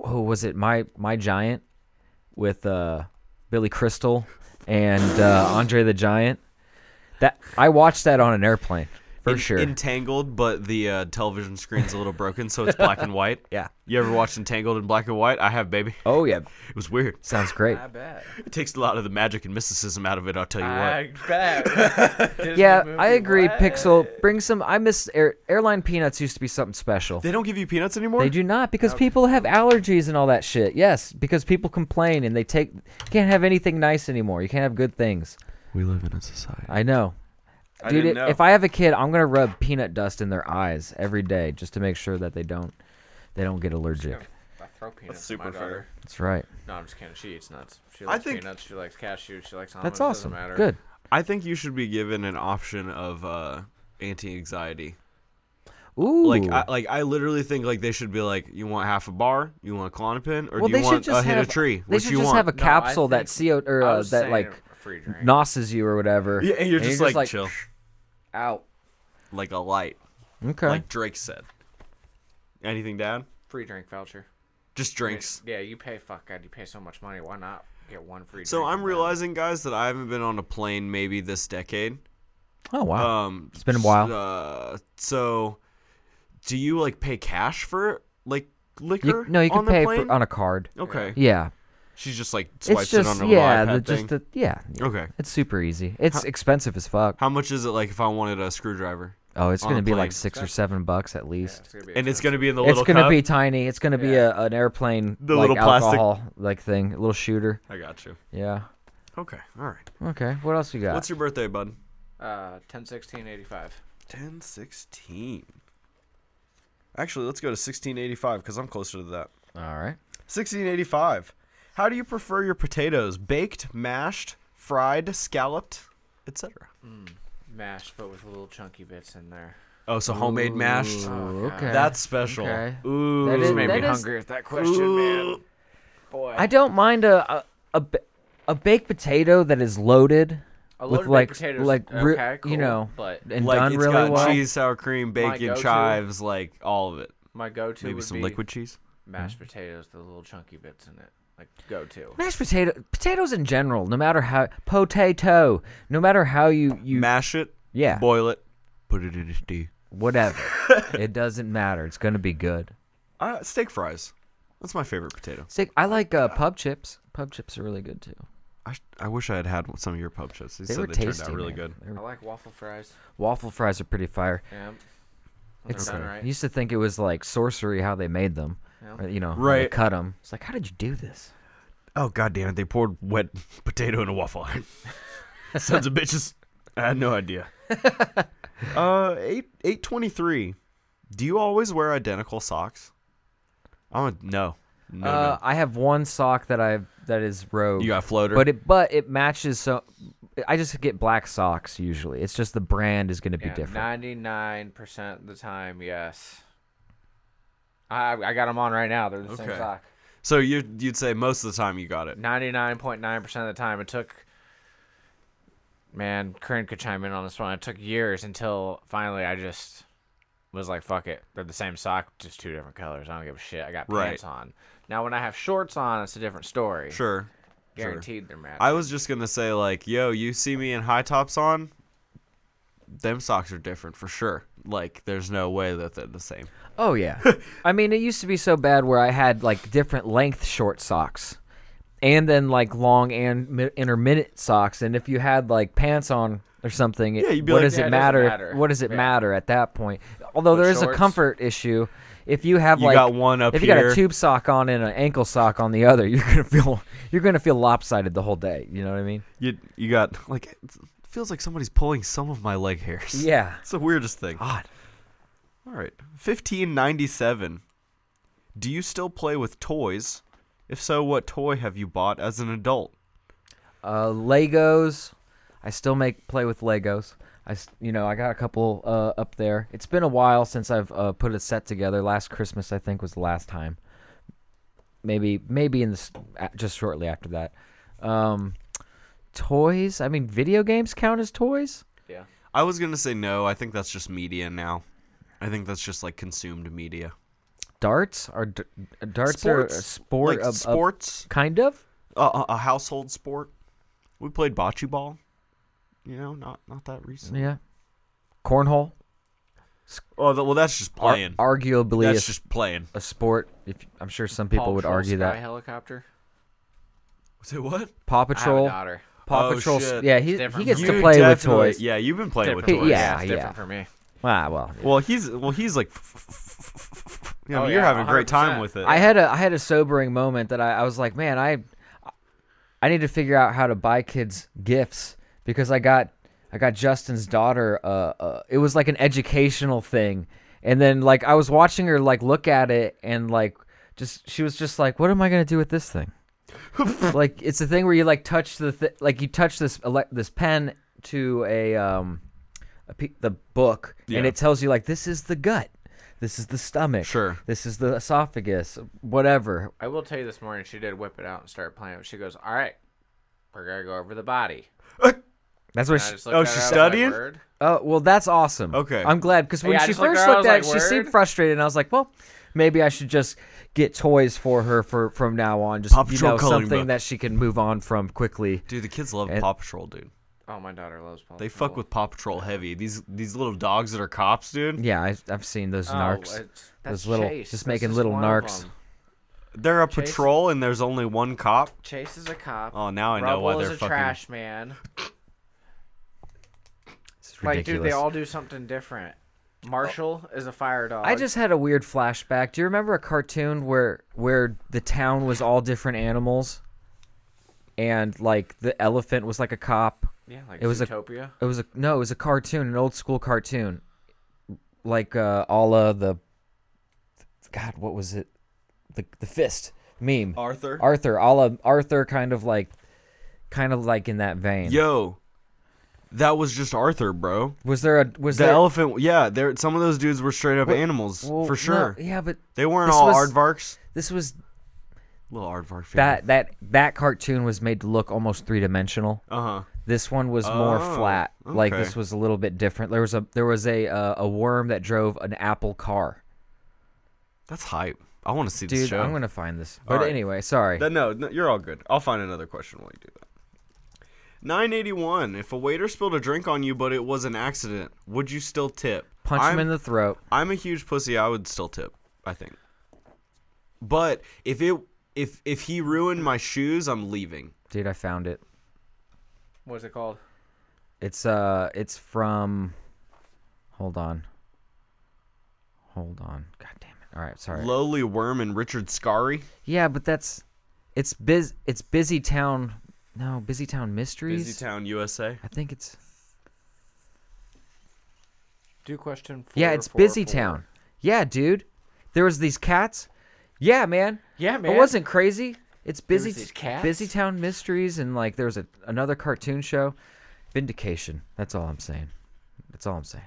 Speaker 3: who was it? My my giant with uh, Billy Crystal and uh, Andre the Giant. That I watched that on an airplane for
Speaker 2: en-
Speaker 3: sure.
Speaker 2: Entangled, but the uh, television screen's a little broken, so it's black and white.
Speaker 3: Yeah.
Speaker 2: You ever watched Entangled in black and white? I have, baby.
Speaker 3: oh yeah,
Speaker 2: It was weird.
Speaker 3: sounds great.
Speaker 4: I bet.
Speaker 2: It takes a lot of the magic and mysticism out of it. I'll tell you what.
Speaker 4: I bet. Disney
Speaker 3: Yeah,
Speaker 4: movie,
Speaker 3: I agree.
Speaker 4: what?
Speaker 3: Pixel, bring some. I miss air, airline peanuts. Used to be something special.
Speaker 2: They don't give you peanuts anymore.
Speaker 3: They do not because people have allergies and all that shit. Yes, because people complain and they take can't have anything nice anymore. You can't have good things.
Speaker 2: We live in a society.
Speaker 3: I know.
Speaker 2: I
Speaker 3: Dude,
Speaker 2: didn't
Speaker 3: i-
Speaker 2: know.
Speaker 3: if I have a kid, I'm going to rub peanut dust in their eyes every day just to make sure that they don't they don't get allergic.
Speaker 4: I throw peanuts
Speaker 2: That's
Speaker 4: at my
Speaker 2: super fair.
Speaker 4: daughter.
Speaker 3: That's right.
Speaker 4: No, I'm just kidding. She eats nuts. She likes
Speaker 2: think-
Speaker 4: peanuts. She likes cashews. She likes almonds.
Speaker 3: That's awesome.
Speaker 4: Doesn't matter.
Speaker 3: Good.
Speaker 2: I think you should be given an option of uh, anti-anxiety.
Speaker 3: Ooh.
Speaker 2: Like, I, like I literally think like they should be like, you want half a bar, you want clonopin, or
Speaker 3: well,
Speaker 2: do
Speaker 3: they
Speaker 2: you
Speaker 3: should
Speaker 2: want a
Speaker 3: just
Speaker 2: hit
Speaker 3: have
Speaker 2: a tree?
Speaker 3: They
Speaker 2: Which
Speaker 3: should
Speaker 2: you
Speaker 3: just
Speaker 2: want?
Speaker 3: have a
Speaker 4: No, I
Speaker 3: capsule that
Speaker 4: think-
Speaker 3: CO or
Speaker 4: I
Speaker 3: uh,
Speaker 4: was
Speaker 3: that
Speaker 4: saying
Speaker 3: like
Speaker 4: a free drink.
Speaker 3: nauses you or whatever.
Speaker 2: Yeah, and you're just like, chill,
Speaker 3: Out.
Speaker 2: like a light,
Speaker 3: Okay.
Speaker 2: like Drake said. Anything, Dad?
Speaker 4: free drink voucher.
Speaker 2: Just drinks.
Speaker 4: Yeah, you pay. Fuck God, you pay so much money. Why not get one free?
Speaker 2: So
Speaker 4: drink
Speaker 2: I'm
Speaker 4: and
Speaker 2: realizing, guys, that I haven't been on a plane maybe this decade.
Speaker 3: oh wow.
Speaker 2: Um, it's
Speaker 3: been a while.
Speaker 2: Uh, so, do you like pay cash for like liquor?
Speaker 3: You, no, you
Speaker 2: on
Speaker 3: can
Speaker 2: the
Speaker 3: pay
Speaker 2: plane?
Speaker 3: for, on a card.
Speaker 2: okay.
Speaker 3: Yeah.
Speaker 2: She's just like swipes
Speaker 3: it's just
Speaker 2: it on her
Speaker 3: yeah,
Speaker 2: little
Speaker 3: the,
Speaker 2: iPad thing.
Speaker 3: just the, yeah. yeah.
Speaker 2: Okay.
Speaker 3: It's super easy. It's expensive as fuck.
Speaker 2: How much is it like if I wanted a screwdriver?
Speaker 3: Oh, it's
Speaker 2: On
Speaker 3: going to be
Speaker 2: a
Speaker 3: like
Speaker 2: plane.
Speaker 3: six or seven bucks at least.
Speaker 4: It's gonna be
Speaker 2: and it's gonna be in the
Speaker 3: it's
Speaker 2: little.
Speaker 3: going to
Speaker 2: cup.
Speaker 3: be tiny. It's going to be a, an airplane
Speaker 2: The
Speaker 3: like
Speaker 2: little plastic-
Speaker 3: alcohol like thing, a little shooter.
Speaker 2: I got you.
Speaker 3: Yeah.
Speaker 2: Okay. All right.
Speaker 3: Okay. What else you got?
Speaker 2: What's your birthday, bud?
Speaker 4: uh, 10, 16, 85.
Speaker 2: Ten sixteen. Actually, let's go to sixteen eighty five because I'm closer to that.
Speaker 3: All right.
Speaker 2: Sixteen eighty five. How do you prefer your potatoes? Baked, mashed, fried, scalloped, etc.
Speaker 4: Mashed, but with little chunky bits in there.
Speaker 2: Oh, so homemade mashed.
Speaker 3: Ooh, Oh, okay.
Speaker 2: That's special.
Speaker 3: Okay.
Speaker 2: Ooh.
Speaker 3: That is-
Speaker 4: Made
Speaker 3: that
Speaker 4: me
Speaker 3: is-
Speaker 4: hungry with that question, man. Boy,
Speaker 3: I don't mind a a, a ba- a baked potato that is loaded
Speaker 4: a
Speaker 3: with
Speaker 4: loaded baked
Speaker 3: like
Speaker 4: potatoes,
Speaker 3: like re-
Speaker 4: okay, cool,
Speaker 3: you know
Speaker 4: but
Speaker 3: and
Speaker 2: like
Speaker 3: done
Speaker 2: it's
Speaker 3: really
Speaker 2: got
Speaker 3: well.
Speaker 2: cheese, sour cream, bacon,
Speaker 4: go-to-
Speaker 2: chives, like all of it.
Speaker 4: my go-to
Speaker 2: Maybe
Speaker 4: would
Speaker 2: some
Speaker 4: be
Speaker 2: liquid cheese.
Speaker 4: mashed potatoes, the little chunky bits in it, like go-to.
Speaker 3: Mashed potato potatoes in general, no matter how potato, no matter how you you
Speaker 2: Mash it.
Speaker 3: Yeah.
Speaker 2: Boil it. Put it in a stew.
Speaker 3: whatever, it doesn't matter. It's gonna be good.
Speaker 2: Uh, steak fries. That's my favorite potato.
Speaker 3: Sick. I like uh, pub chips. Pub chips are really good too.
Speaker 2: I, sh- I wish I had had some of your pub chips. They,
Speaker 3: They
Speaker 2: said
Speaker 3: were
Speaker 2: they
Speaker 3: tasty.
Speaker 2: turned out really
Speaker 3: man.
Speaker 2: good.
Speaker 3: They were-
Speaker 4: I like waffle fries.
Speaker 3: waffle fries are pretty fire.
Speaker 4: Yeah,
Speaker 3: It's
Speaker 4: done right.
Speaker 3: I used to think it was like sorcery how they made them. or, You know, how they
Speaker 2: Right.
Speaker 3: cut them. It's like, how did you do this?
Speaker 2: Oh god damn it! They poured wet potato in a waffle iron. Sons of bitches. I had no idea. uh, eight eight twenty three. Do you always wear identical socks? Oh no, no,
Speaker 3: uh, I have one sock that I that is rogue.
Speaker 2: no. You got a floater.
Speaker 3: but it but it matches so I just get black socks usually. It's just the brand is going to be
Speaker 4: yeah,
Speaker 3: different.
Speaker 4: ninety-nine percent of the time, yes. I I got them on right now. They're the same
Speaker 2: Okay.
Speaker 4: sock.
Speaker 2: so you you'd say most of the time you got it.
Speaker 4: Ninety-nine point nine percent of the time, it took. Man, Corinne could chime in on this one. It took years until finally I just was like, "Fuck it." They're the same sock, just two different colors. I don't give a shit. I got
Speaker 2: Right.
Speaker 4: pants on. Now, when I have shorts on, it's a different story.
Speaker 2: Sure.
Speaker 4: guaranteed they're matching.
Speaker 2: I was just gonna say like, yo, you see me in high tops on. Them socks are different for sure. Like, there's no way that they're the same.
Speaker 3: Oh yeah. I mean, it used to be so bad where I had like different length short socks, and then like long and mi- intermittent socks. And if you had like pants on or something, it,
Speaker 2: Yeah, you'd be
Speaker 3: what
Speaker 2: like,
Speaker 3: does
Speaker 4: "Yeah,
Speaker 3: it
Speaker 4: it doesn't
Speaker 3: matter?
Speaker 4: matter."
Speaker 3: What does it
Speaker 4: Yeah.
Speaker 3: matter at that point? Although
Speaker 4: But
Speaker 3: there is a
Speaker 4: shorts-
Speaker 3: comfort issue. If you have
Speaker 2: You
Speaker 3: like
Speaker 2: got one up
Speaker 3: if you got
Speaker 2: here.
Speaker 3: a tube sock on and an ankle sock on the other, you're gonna feel you're gonna feel lopsided the whole day. You know what I mean?
Speaker 2: You you got like it feels like somebody's pulling some of my leg hairs.
Speaker 3: Yeah.
Speaker 2: It's the weirdest thing.
Speaker 3: God.
Speaker 2: All right. 1597. Do you still play with toys? If so, what toy have you bought as an adult?
Speaker 3: Uh, Legos. I still make play with Legos. I, s- you know, I got a couple uh, up there. It's been a while since I've uh, put a set together. Last Christmas, I think, was the last time. Maybe, maybe in the s- a- just shortly after that. Um, toys. I mean, video games count as toys.
Speaker 4: yeah.
Speaker 2: I was going to say no. I think that's just media now. I think that's just like consumed media.
Speaker 3: Darts are d- darts are a sport
Speaker 2: like
Speaker 3: of, of-
Speaker 2: sports,
Speaker 3: kind of.
Speaker 2: a, a- a household sport. We played bocce ball. You know, not not that recent.
Speaker 3: Yeah. Cornhole,
Speaker 2: Oh, th- well, that's just
Speaker 3: ar-
Speaker 2: playing.
Speaker 3: arguably a,
Speaker 2: that's
Speaker 3: s-
Speaker 2: just playing.
Speaker 3: a sport. If I'm sure some people
Speaker 4: Paw
Speaker 3: would
Speaker 4: Patrol
Speaker 3: argue
Speaker 4: Sky
Speaker 3: that.
Speaker 4: helicopter.
Speaker 2: Say what?
Speaker 3: Paw
Speaker 4: I have a
Speaker 3: Patrol.
Speaker 4: daughter.
Speaker 3: Paw
Speaker 2: Oh,
Speaker 3: Patrol. s-
Speaker 2: shit.
Speaker 3: Yeah, he, he
Speaker 4: different
Speaker 3: gets to
Speaker 4: You
Speaker 3: play with
Speaker 2: definitely-
Speaker 3: toys.
Speaker 2: Yeah, you've been playing with
Speaker 4: Different
Speaker 2: toys.
Speaker 4: toys.
Speaker 3: yeah,
Speaker 4: It's
Speaker 3: yeah.
Speaker 4: different for me.
Speaker 3: Ah, well.
Speaker 2: Well, he's well, he's like, you know,
Speaker 4: Oh,
Speaker 2: you're
Speaker 4: yeah,
Speaker 2: having a great time
Speaker 4: 100%.
Speaker 2: with it.
Speaker 3: I had a I had a sobering moment that I, I was like, man, I I need to figure out how to buy kids gifts because I got I got Justin's daughter. Uh, uh it was like an educational thing, and then like I was watching her like look at it and like just she was just like, what am I gonna do with this thing? like it's a thing where you like touch the th- like you touch this ele- this pen to a um a pe- the book and
Speaker 2: Yeah.
Speaker 3: it tells you like this is the gut this is the stomach
Speaker 2: Sure.
Speaker 3: this is the esophagus whatever
Speaker 4: I will tell you this morning, she did whip it out and start playing. it. She goes, "All right, we're gonna go over the body."
Speaker 3: that's what
Speaker 4: And I
Speaker 3: she
Speaker 4: just looked
Speaker 2: Oh,
Speaker 4: at her,
Speaker 2: she's
Speaker 4: I was
Speaker 2: studying?
Speaker 4: Like, Word.
Speaker 3: oh well that's awesome
Speaker 2: Okay.
Speaker 3: i'm glad because when
Speaker 4: Yeah, I
Speaker 3: she
Speaker 4: just looked
Speaker 3: first
Speaker 4: at her, I
Speaker 3: looked at it
Speaker 4: was
Speaker 3: she
Speaker 4: like,
Speaker 3: seemed
Speaker 4: "Word?"
Speaker 3: frustrated and i was like well maybe i should just get toys for her for from now on just
Speaker 2: Paw
Speaker 3: you
Speaker 2: Patrol
Speaker 3: know
Speaker 2: coloring
Speaker 3: something
Speaker 2: book.
Speaker 3: that she can move on from quickly
Speaker 2: dude, the kids love
Speaker 3: And-
Speaker 2: Paw Patrol, dude.
Speaker 4: Oh, my daughter loves Paw
Speaker 2: They
Speaker 4: Patrol.
Speaker 2: fuck with Paw Patrol heavy. These these little dogs that are cops, dude.
Speaker 3: yeah I've, I've seen those
Speaker 4: oh,
Speaker 3: narcs
Speaker 4: it's- that's
Speaker 3: Those little-
Speaker 4: Chase.
Speaker 3: just
Speaker 4: That's
Speaker 3: making little
Speaker 4: one of
Speaker 3: narcs.
Speaker 4: them.
Speaker 2: They're a
Speaker 4: Chase-
Speaker 2: patrol and there's only one cop.
Speaker 4: Chase is a cop.
Speaker 2: Oh, now I know
Speaker 4: Rubble
Speaker 2: why
Speaker 4: is
Speaker 2: they're
Speaker 4: a
Speaker 2: fucking.
Speaker 4: trash man.
Speaker 3: it's
Speaker 4: Like,
Speaker 3: ridiculous
Speaker 4: dude, they all do something different. Marshall is a fire dog.
Speaker 3: I just had a weird flashback. Do you remember a cartoon where where the town was all different animals, and like the elephant was like a cop?
Speaker 4: yeah, like
Speaker 3: it was a-
Speaker 4: Zootopia.
Speaker 3: It was a no, it was a cartoon, an old school cartoon, like uh, all of the God, what was it? The the fist meme.
Speaker 2: Arthur.
Speaker 3: Arthur, all of Arthur, kind of like, kind of like in that vein.
Speaker 2: Yo, that was just Arthur, bro.
Speaker 3: Was there a was
Speaker 2: The
Speaker 3: there
Speaker 2: elephant. Yeah, there. Some of those dudes were straight up animals
Speaker 3: Well, no,
Speaker 2: for sure.
Speaker 3: yeah, but
Speaker 2: They weren't
Speaker 3: This
Speaker 2: all
Speaker 3: was-
Speaker 2: aardvarks.
Speaker 3: this was
Speaker 2: Little aardvark.
Speaker 3: that that that cartoon was made to look almost three dimensional.
Speaker 2: Uh huh.
Speaker 3: This one was more
Speaker 2: Oh,
Speaker 3: flat. Like
Speaker 2: okay.
Speaker 3: this was a little bit different. There was a there was a uh, a worm that drove an apple car.
Speaker 2: That's hype. I want to see this
Speaker 3: Dude,
Speaker 2: show.
Speaker 3: I'm gonna find this. But
Speaker 2: right.
Speaker 3: anyway, sorry.
Speaker 2: That- no, no, you're all good. I'll find another question while you do that. 981. If a waiter spilled a drink on you, but it was an accident, would you still tip?
Speaker 3: Punch
Speaker 2: I'm,
Speaker 3: him in the throat.
Speaker 2: I'm a huge pussy. I would still tip. I think. But if it if if he ruined my shoes, I'm leaving.
Speaker 3: Dude, I found it.
Speaker 4: What's it called?
Speaker 3: It's uh it's from Hold on. Hold on. God damn it. All right, sorry.
Speaker 2: Lowly Worm and Richard Scarry.
Speaker 3: yeah, but that's it's biz it's busy town no, busy town mysteries.
Speaker 2: Busy Town, USA.
Speaker 3: I think it's
Speaker 4: Do question. Four,
Speaker 3: Yeah, it's
Speaker 4: four,
Speaker 3: busy
Speaker 4: four.
Speaker 3: town. Yeah, dude. There was these cats. Yeah, man.
Speaker 4: Yeah,
Speaker 3: It
Speaker 4: man.
Speaker 3: wasn't crazy. It's busy
Speaker 4: was these cats?
Speaker 3: busy town mysteries and like there was a, another cartoon show. Vindication. That's all I'm saying. That's all I'm saying.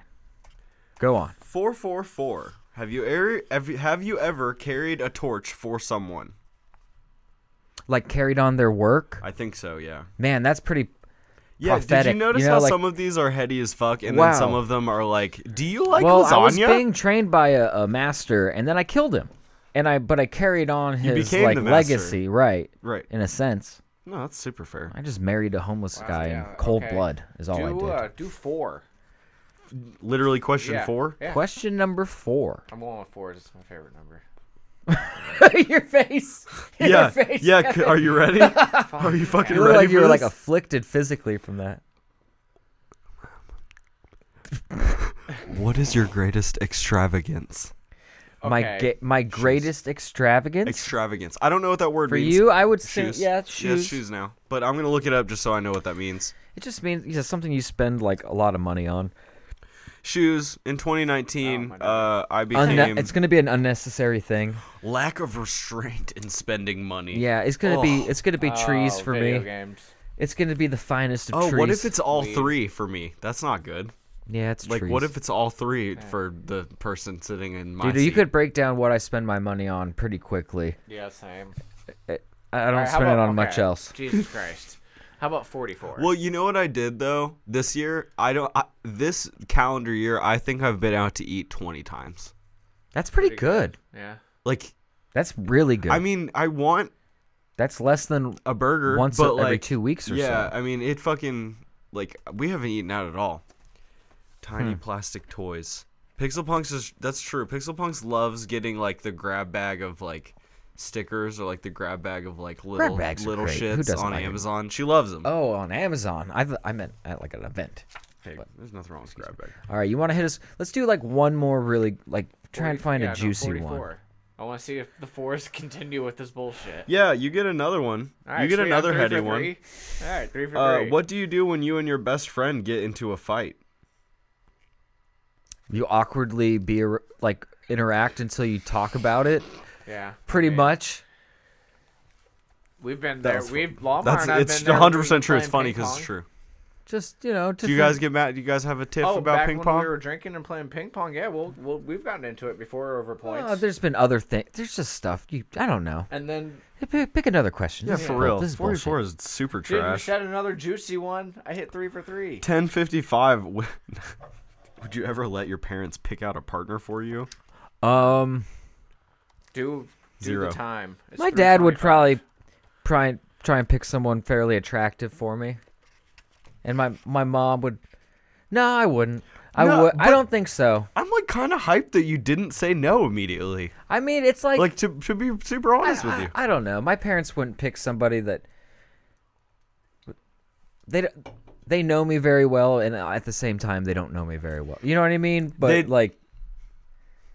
Speaker 3: Go on.
Speaker 2: 444. Have you ever have you, have you ever carried a torch for someone?
Speaker 3: Like carried on their work.
Speaker 2: I think so, yeah.
Speaker 3: Man, that's pretty
Speaker 2: Yeah, did
Speaker 3: prophetic,
Speaker 2: you notice
Speaker 3: you know,
Speaker 2: how
Speaker 3: like-
Speaker 2: some of these are heady as fuck and
Speaker 3: Wow.
Speaker 2: then some of them are like, "Do you like
Speaker 3: well,
Speaker 2: lasagna?"
Speaker 3: I was being trained by a, a master, and then I killed him, and I but I carried on his
Speaker 2: became
Speaker 3: like
Speaker 2: the master.
Speaker 3: legacy, right?
Speaker 2: Right.
Speaker 3: In a sense,
Speaker 2: No, that's super fair.
Speaker 3: I just married a homeless guy
Speaker 4: yeah,
Speaker 3: in cold
Speaker 4: okay.
Speaker 3: blood. Is all I did.
Speaker 4: Do uh, do four.
Speaker 2: Literally question
Speaker 4: Yeah,
Speaker 2: 4.
Speaker 4: Yeah.
Speaker 3: Question number four.
Speaker 4: I'm going with fours. It's my favorite number.
Speaker 3: Your face.
Speaker 2: Yeah. Yeah, c- are you ready? are you fucking
Speaker 3: You look
Speaker 2: ready
Speaker 3: like
Speaker 2: for
Speaker 3: you were like
Speaker 2: this?
Speaker 3: afflicted physically from that.
Speaker 2: What is your greatest extravagance?
Speaker 3: My
Speaker 4: Okay.
Speaker 3: ga- my greatest extravagance
Speaker 2: Extravagance. I don't know what that word
Speaker 3: for
Speaker 2: means.
Speaker 3: you, I would say,
Speaker 2: shoes.
Speaker 3: yeah,
Speaker 2: Yeah,
Speaker 3: shoes.
Speaker 2: shoes now. But I'm going to look it up just so I know what that means.
Speaker 3: It just means yeah, something you spend like a lot of money on.
Speaker 2: Shoes in 2019, uh, I became
Speaker 3: Unne- it's gonna be an unnecessary thing.
Speaker 2: lack of restraint in spending money.
Speaker 3: Yeah, it's gonna be
Speaker 2: Oh.
Speaker 3: it's gonna be trees
Speaker 4: Oh,
Speaker 3: for
Speaker 4: video
Speaker 3: me.
Speaker 4: games.
Speaker 3: It's gonna be the finest of
Speaker 2: Oh,
Speaker 3: trees.
Speaker 2: what if it's all three for me? That's not good.
Speaker 3: yeah, it's
Speaker 2: Like,
Speaker 3: trees.
Speaker 2: what if it's all three for the person sitting in my
Speaker 3: dude? You
Speaker 2: seat?
Speaker 3: could break down what I spend my money on pretty quickly.
Speaker 4: Yeah, same.
Speaker 3: I I don't
Speaker 4: Alright, how
Speaker 3: spend it
Speaker 4: about-
Speaker 3: on much
Speaker 4: okay,
Speaker 3: else.
Speaker 4: Jesus Christ. How about 44?
Speaker 2: Well, you know what I did though this year. I don't. I, this calendar year, I think I've been out to eat 20 times.
Speaker 3: That's pretty good.
Speaker 4: yeah.
Speaker 2: Like,
Speaker 3: That's really good.
Speaker 2: I mean, I want
Speaker 3: That's less than
Speaker 2: a burger
Speaker 3: Once
Speaker 2: but
Speaker 3: every
Speaker 2: like,
Speaker 3: two weeks or
Speaker 2: yeah,
Speaker 3: so.
Speaker 2: I mean, it fucking like we haven't eaten out at all. Tiny
Speaker 3: Hmm.
Speaker 2: plastic toys. Pixel Punks is that's true. Pixel Punks loves getting like the grab bag of like stickers or like the grab bag of like little
Speaker 3: bags are
Speaker 2: little
Speaker 3: great. Who
Speaker 2: shits
Speaker 3: doesn't
Speaker 2: on
Speaker 3: like 'em?
Speaker 2: Amazon. She loves them.
Speaker 3: oh on Amazon. I th- I meant at like an event.
Speaker 2: Hey, there's nothing wrong with grab bag.
Speaker 3: All right, you want to hit us? Let's do like one more really like try and
Speaker 4: 40
Speaker 3: find
Speaker 4: yeah,
Speaker 3: a
Speaker 4: no,
Speaker 3: juicy one.
Speaker 4: 44. I want to see if the fours continue with this bullshit.
Speaker 2: Yeah, you get another one.
Speaker 4: All right,
Speaker 2: you get
Speaker 4: sweet, I'm
Speaker 2: another
Speaker 4: three
Speaker 2: heady
Speaker 4: for
Speaker 2: one.
Speaker 4: three. All right, three for
Speaker 2: Uh,
Speaker 4: three.
Speaker 2: what do you do when you and your best friend get into a fight?
Speaker 3: You awkwardly be ar- like interact until you talk about it.
Speaker 4: Yeah.
Speaker 3: Pretty
Speaker 4: okay.
Speaker 3: much.
Speaker 4: We've been there.
Speaker 2: was
Speaker 4: We've Lomar
Speaker 2: That's
Speaker 4: and I've
Speaker 2: it's
Speaker 4: been there.
Speaker 2: 100 percent
Speaker 4: We've
Speaker 2: true. It's funny
Speaker 4: playing ping
Speaker 2: because it's
Speaker 4: pong.
Speaker 2: true.
Speaker 3: Just you know.
Speaker 2: Do you guys get mad? Do you guys have a tiff
Speaker 4: Oh,
Speaker 2: about
Speaker 4: back
Speaker 2: ping
Speaker 4: when
Speaker 2: pong?
Speaker 4: we were drinking and playing ping pong. Yeah, well, well we've gotten into it before over points.
Speaker 3: Oh, there's been other things. There's just stuff. You, I don't know.
Speaker 4: and then,
Speaker 3: Hey, Pick, pick another question.
Speaker 2: Yeah,
Speaker 3: This is
Speaker 2: for
Speaker 3: bull-
Speaker 2: real.
Speaker 3: This is
Speaker 2: 44
Speaker 3: bullshit.
Speaker 2: is super
Speaker 4: dude, you
Speaker 2: trash.
Speaker 4: said another juicy one. I hit three for three.
Speaker 2: 1055. w- Would you ever let your parents pick out a partner for you?
Speaker 3: Um,
Speaker 4: Do, do
Speaker 2: Zero.
Speaker 4: the time. It's
Speaker 3: my dad would
Speaker 4: 325.
Speaker 3: probably try and try and pick someone fairly attractive for me, and my my mom would. No, I wouldn't. I
Speaker 2: No,
Speaker 3: would. I
Speaker 2: but-
Speaker 3: don't think so.
Speaker 2: I'm like kind of hyped that you didn't say no immediately.
Speaker 3: I mean, it's like,
Speaker 2: Like to to be super honest with you.
Speaker 3: I, I don't know. My parents wouldn't pick somebody that they don't- they know me very well, and at the same time, they don't know me very well. You know what I mean? But
Speaker 2: They-
Speaker 3: like,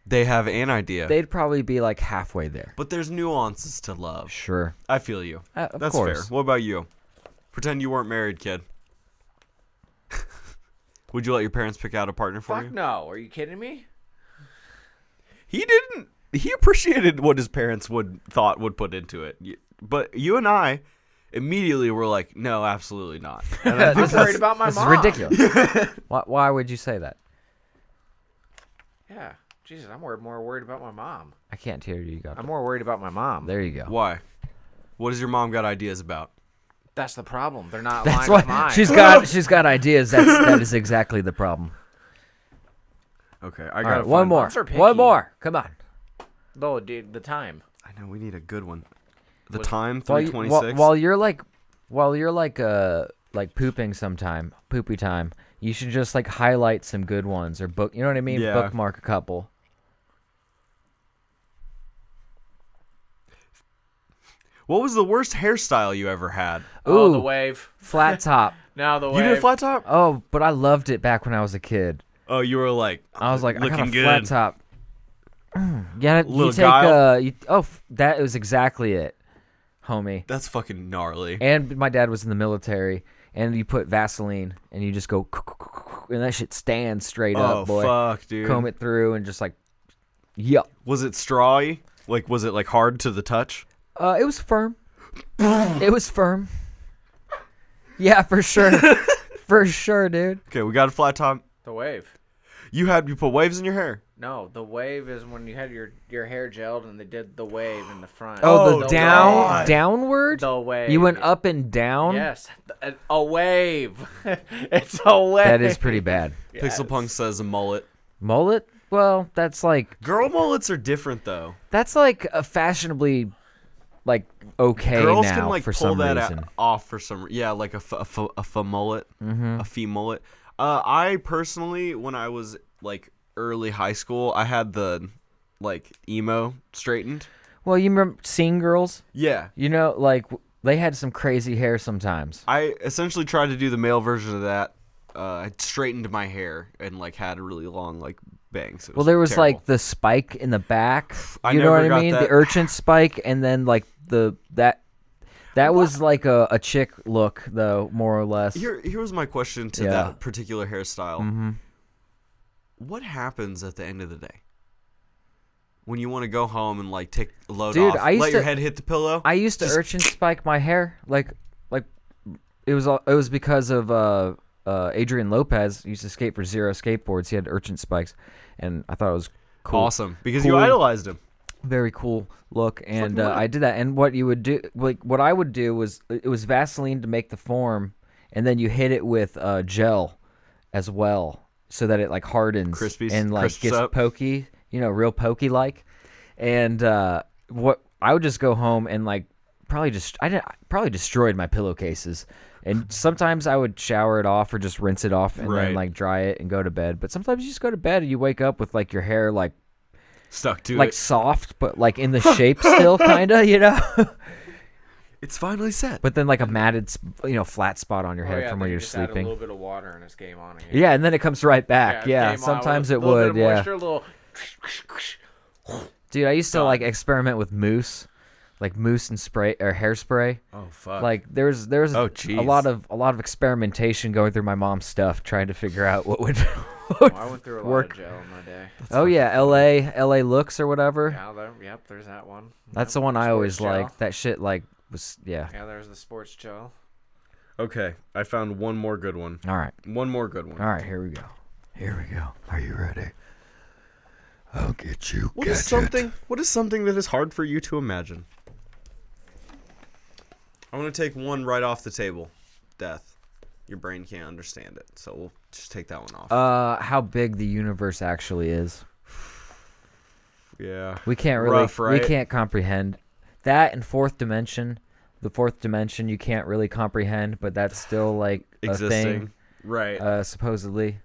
Speaker 2: they have an idea.
Speaker 3: They'd probably be like halfway there.
Speaker 2: but there's nuances to love.
Speaker 3: Sure.
Speaker 2: I feel you.
Speaker 3: Uh, of
Speaker 2: That's
Speaker 3: course.
Speaker 2: fair. What about you? Pretend you weren't married, kid. Would you let your parents pick out a partner for
Speaker 4: Fuck
Speaker 2: you?
Speaker 4: no. Are you kidding me?
Speaker 2: He didn't. He appreciated what his parents would thought would put into it. Y- But you and I immediately were like, no, absolutely not. And I-
Speaker 4: I'm worried about my
Speaker 3: This is
Speaker 4: mom.
Speaker 3: ridiculous. why, why would you say that?
Speaker 4: Yeah. Jesus, I'm wor- more worried about my mom.
Speaker 3: I can't hear you. you got
Speaker 4: I'm more worried about my mom.
Speaker 3: there you go.
Speaker 2: Why? What has your mom got ideas about?
Speaker 4: That's the problem. They're not
Speaker 3: That's
Speaker 4: aligned with
Speaker 3: why
Speaker 4: mine.
Speaker 3: she's got she's got ideas. That's that is exactly the problem.
Speaker 2: Okay, I
Speaker 3: All
Speaker 2: got
Speaker 3: right, one more.
Speaker 4: Moms are picky.
Speaker 3: One more. Come on.
Speaker 4: No, Oh, dude, the time.
Speaker 2: I know we need a good one. The time
Speaker 3: While,
Speaker 2: three
Speaker 3: you,
Speaker 2: twenty
Speaker 3: while,
Speaker 2: six.
Speaker 3: while you're like while you're like uh like pooping sometime, poopy time, you should just like highlight some good ones or book, you know what I mean?
Speaker 2: Yeah.
Speaker 3: Bookmark a couple.
Speaker 2: what was the worst hairstyle you ever had?
Speaker 4: Oh, the
Speaker 3: Ooh.
Speaker 4: wave.
Speaker 3: Flat top.
Speaker 4: Now the
Speaker 2: You
Speaker 4: wave.
Speaker 2: did a flat top?
Speaker 3: Oh, but I loved it back when I was a kid.
Speaker 2: Oh, you were like.
Speaker 3: I was like, I got a
Speaker 2: looking good.
Speaker 3: flat top. yeah, you
Speaker 2: Little
Speaker 3: take
Speaker 2: guile.
Speaker 3: uh, you, oh, f- that was exactly it, homie.
Speaker 2: That's fucking gnarly.
Speaker 3: And my dad was in the military, and you put Vaseline, and you just go, and that shit stands straight
Speaker 2: oh
Speaker 3: up, uh, boy.
Speaker 2: fuck, dude.
Speaker 3: Comb it through, and just like, yup.
Speaker 2: Was it strawy? Like, was it like hard to the touch?
Speaker 3: Uh, it was firm. it was firm. Yeah, for sure, for sure, dude.
Speaker 2: Okay, we got a flat top.
Speaker 4: the wave.
Speaker 2: You had you put waves in your hair.
Speaker 4: No, the wave is when you had your your hair gelled and they did the wave in the front.
Speaker 3: Oh,
Speaker 2: Oh,
Speaker 3: the down
Speaker 2: God.
Speaker 3: downward.
Speaker 4: The wave.
Speaker 3: You went up and down.
Speaker 4: Yes, th- a, a wave. it's a wave.
Speaker 3: That is pretty bad.
Speaker 2: Pixel Punk says a mullet.
Speaker 3: Mullet? Well, that's like
Speaker 2: Girl mullets are different though.
Speaker 3: that's like a fashionably like okay
Speaker 2: Girls
Speaker 3: now
Speaker 2: can like
Speaker 3: for
Speaker 2: pull
Speaker 3: some
Speaker 2: that
Speaker 3: reason.
Speaker 2: out, off for some. re- Yeah, like a f- a f- a f- mullet,
Speaker 3: Mm-hmm.
Speaker 2: a fee mullet. Uh, I personally, when I was like early high school, I had the like emo straightened.
Speaker 3: Well, you remember seeing girls?
Speaker 2: Yeah,
Speaker 3: You know, like w- they had some crazy hair sometimes.
Speaker 2: I essentially tried to do the male version of that. Uh, I straightened my hair and like had a really long like bangs. It
Speaker 3: Well, there was
Speaker 2: terrible.
Speaker 3: like the spike in the back.
Speaker 2: I
Speaker 3: You know what
Speaker 2: never
Speaker 3: I
Speaker 2: got
Speaker 3: mean? The
Speaker 2: that.
Speaker 3: urchin spike, and then like the that that was like a, a chick look though, more or less.
Speaker 2: Here, here was my question to
Speaker 3: Yeah. Mm-hmm.
Speaker 2: that particular hairstyle. What happens at the end of the day when you want to go home and like take a load
Speaker 3: Dude,
Speaker 2: off?
Speaker 3: I used
Speaker 2: let your
Speaker 3: to-
Speaker 2: head hit the pillow.
Speaker 3: I used to urchin spike my hair like like it was all, it was because of uh uh Adrian Lopez used to skate for Zero Skateboards. He had urchin spikes, and I thought it was cool.
Speaker 2: Awesome, because you
Speaker 3: Cool.
Speaker 2: idolized him.
Speaker 3: very cool look and uh, i did that and what you would do like what i would do was it was vaseline to make the form and then you hit it with uh, gel as well so that it like hardens
Speaker 2: Crispies-
Speaker 3: and like
Speaker 2: crisps
Speaker 3: gets
Speaker 2: up.
Speaker 3: pokey you know real pokey like and uh, what i would just go home and like probably just i didn't, I probably destroyed my pillowcases and sometimes i would shower it off or just rinse it off and then
Speaker 2: Right.
Speaker 3: like dry it and go to bed but sometimes you just go to bed and you wake up with like your hair like
Speaker 2: Stuck to
Speaker 3: like
Speaker 2: it.
Speaker 3: soft, but like in the shape still, kinda, you know.
Speaker 2: It's finally set.
Speaker 3: but then like a matted, sp- you know, flat spot on your
Speaker 4: Oh,
Speaker 3: head from where you're
Speaker 4: a little
Speaker 3: sleeping.
Speaker 4: bit of water and it's game on again.
Speaker 3: Yeah, and then it comes right back. Yeah, sometimes it would. Yeah, dude, I used to like experiment with mousse, like mousse and spray or hairspray.
Speaker 2: oh fuck.
Speaker 3: Like there's there's
Speaker 2: Oh,
Speaker 3: a
Speaker 2: jeez.
Speaker 3: lot of a lot of experimentation going through my mom's stuff, trying to figure out what would. what would-
Speaker 4: I went through a lot
Speaker 3: Work.
Speaker 4: of gel in my day.
Speaker 3: oh yeah, L.A. L.A. looks or whatever.
Speaker 4: Yeah, there, yep, there's that one.
Speaker 3: That's
Speaker 4: Yep,
Speaker 3: the one I
Speaker 4: sports
Speaker 3: always
Speaker 4: gel.
Speaker 3: liked. That shit like was yeah.
Speaker 4: Yeah, there's the sports gel.
Speaker 2: okay, I found one more good one.
Speaker 3: All right.
Speaker 2: One more good one.
Speaker 3: All right, here we go.
Speaker 6: Here we go. Are you ready? I'll get you.
Speaker 2: What is
Speaker 6: gadget.
Speaker 2: something? What is something that is hard for you to imagine? I'm gonna take one right off the table. Death. Your brain can't understand it, so we'll just take that one off.
Speaker 3: Uh, how big the universe actually is.
Speaker 2: yeah.
Speaker 3: We can't really
Speaker 2: Rough, right?
Speaker 3: we can't comprehend that and fourth dimension. The fourth dimension you can't really comprehend, but that's still like a
Speaker 2: Existing.
Speaker 3: thing
Speaker 2: Right.
Speaker 3: uh, supposedly.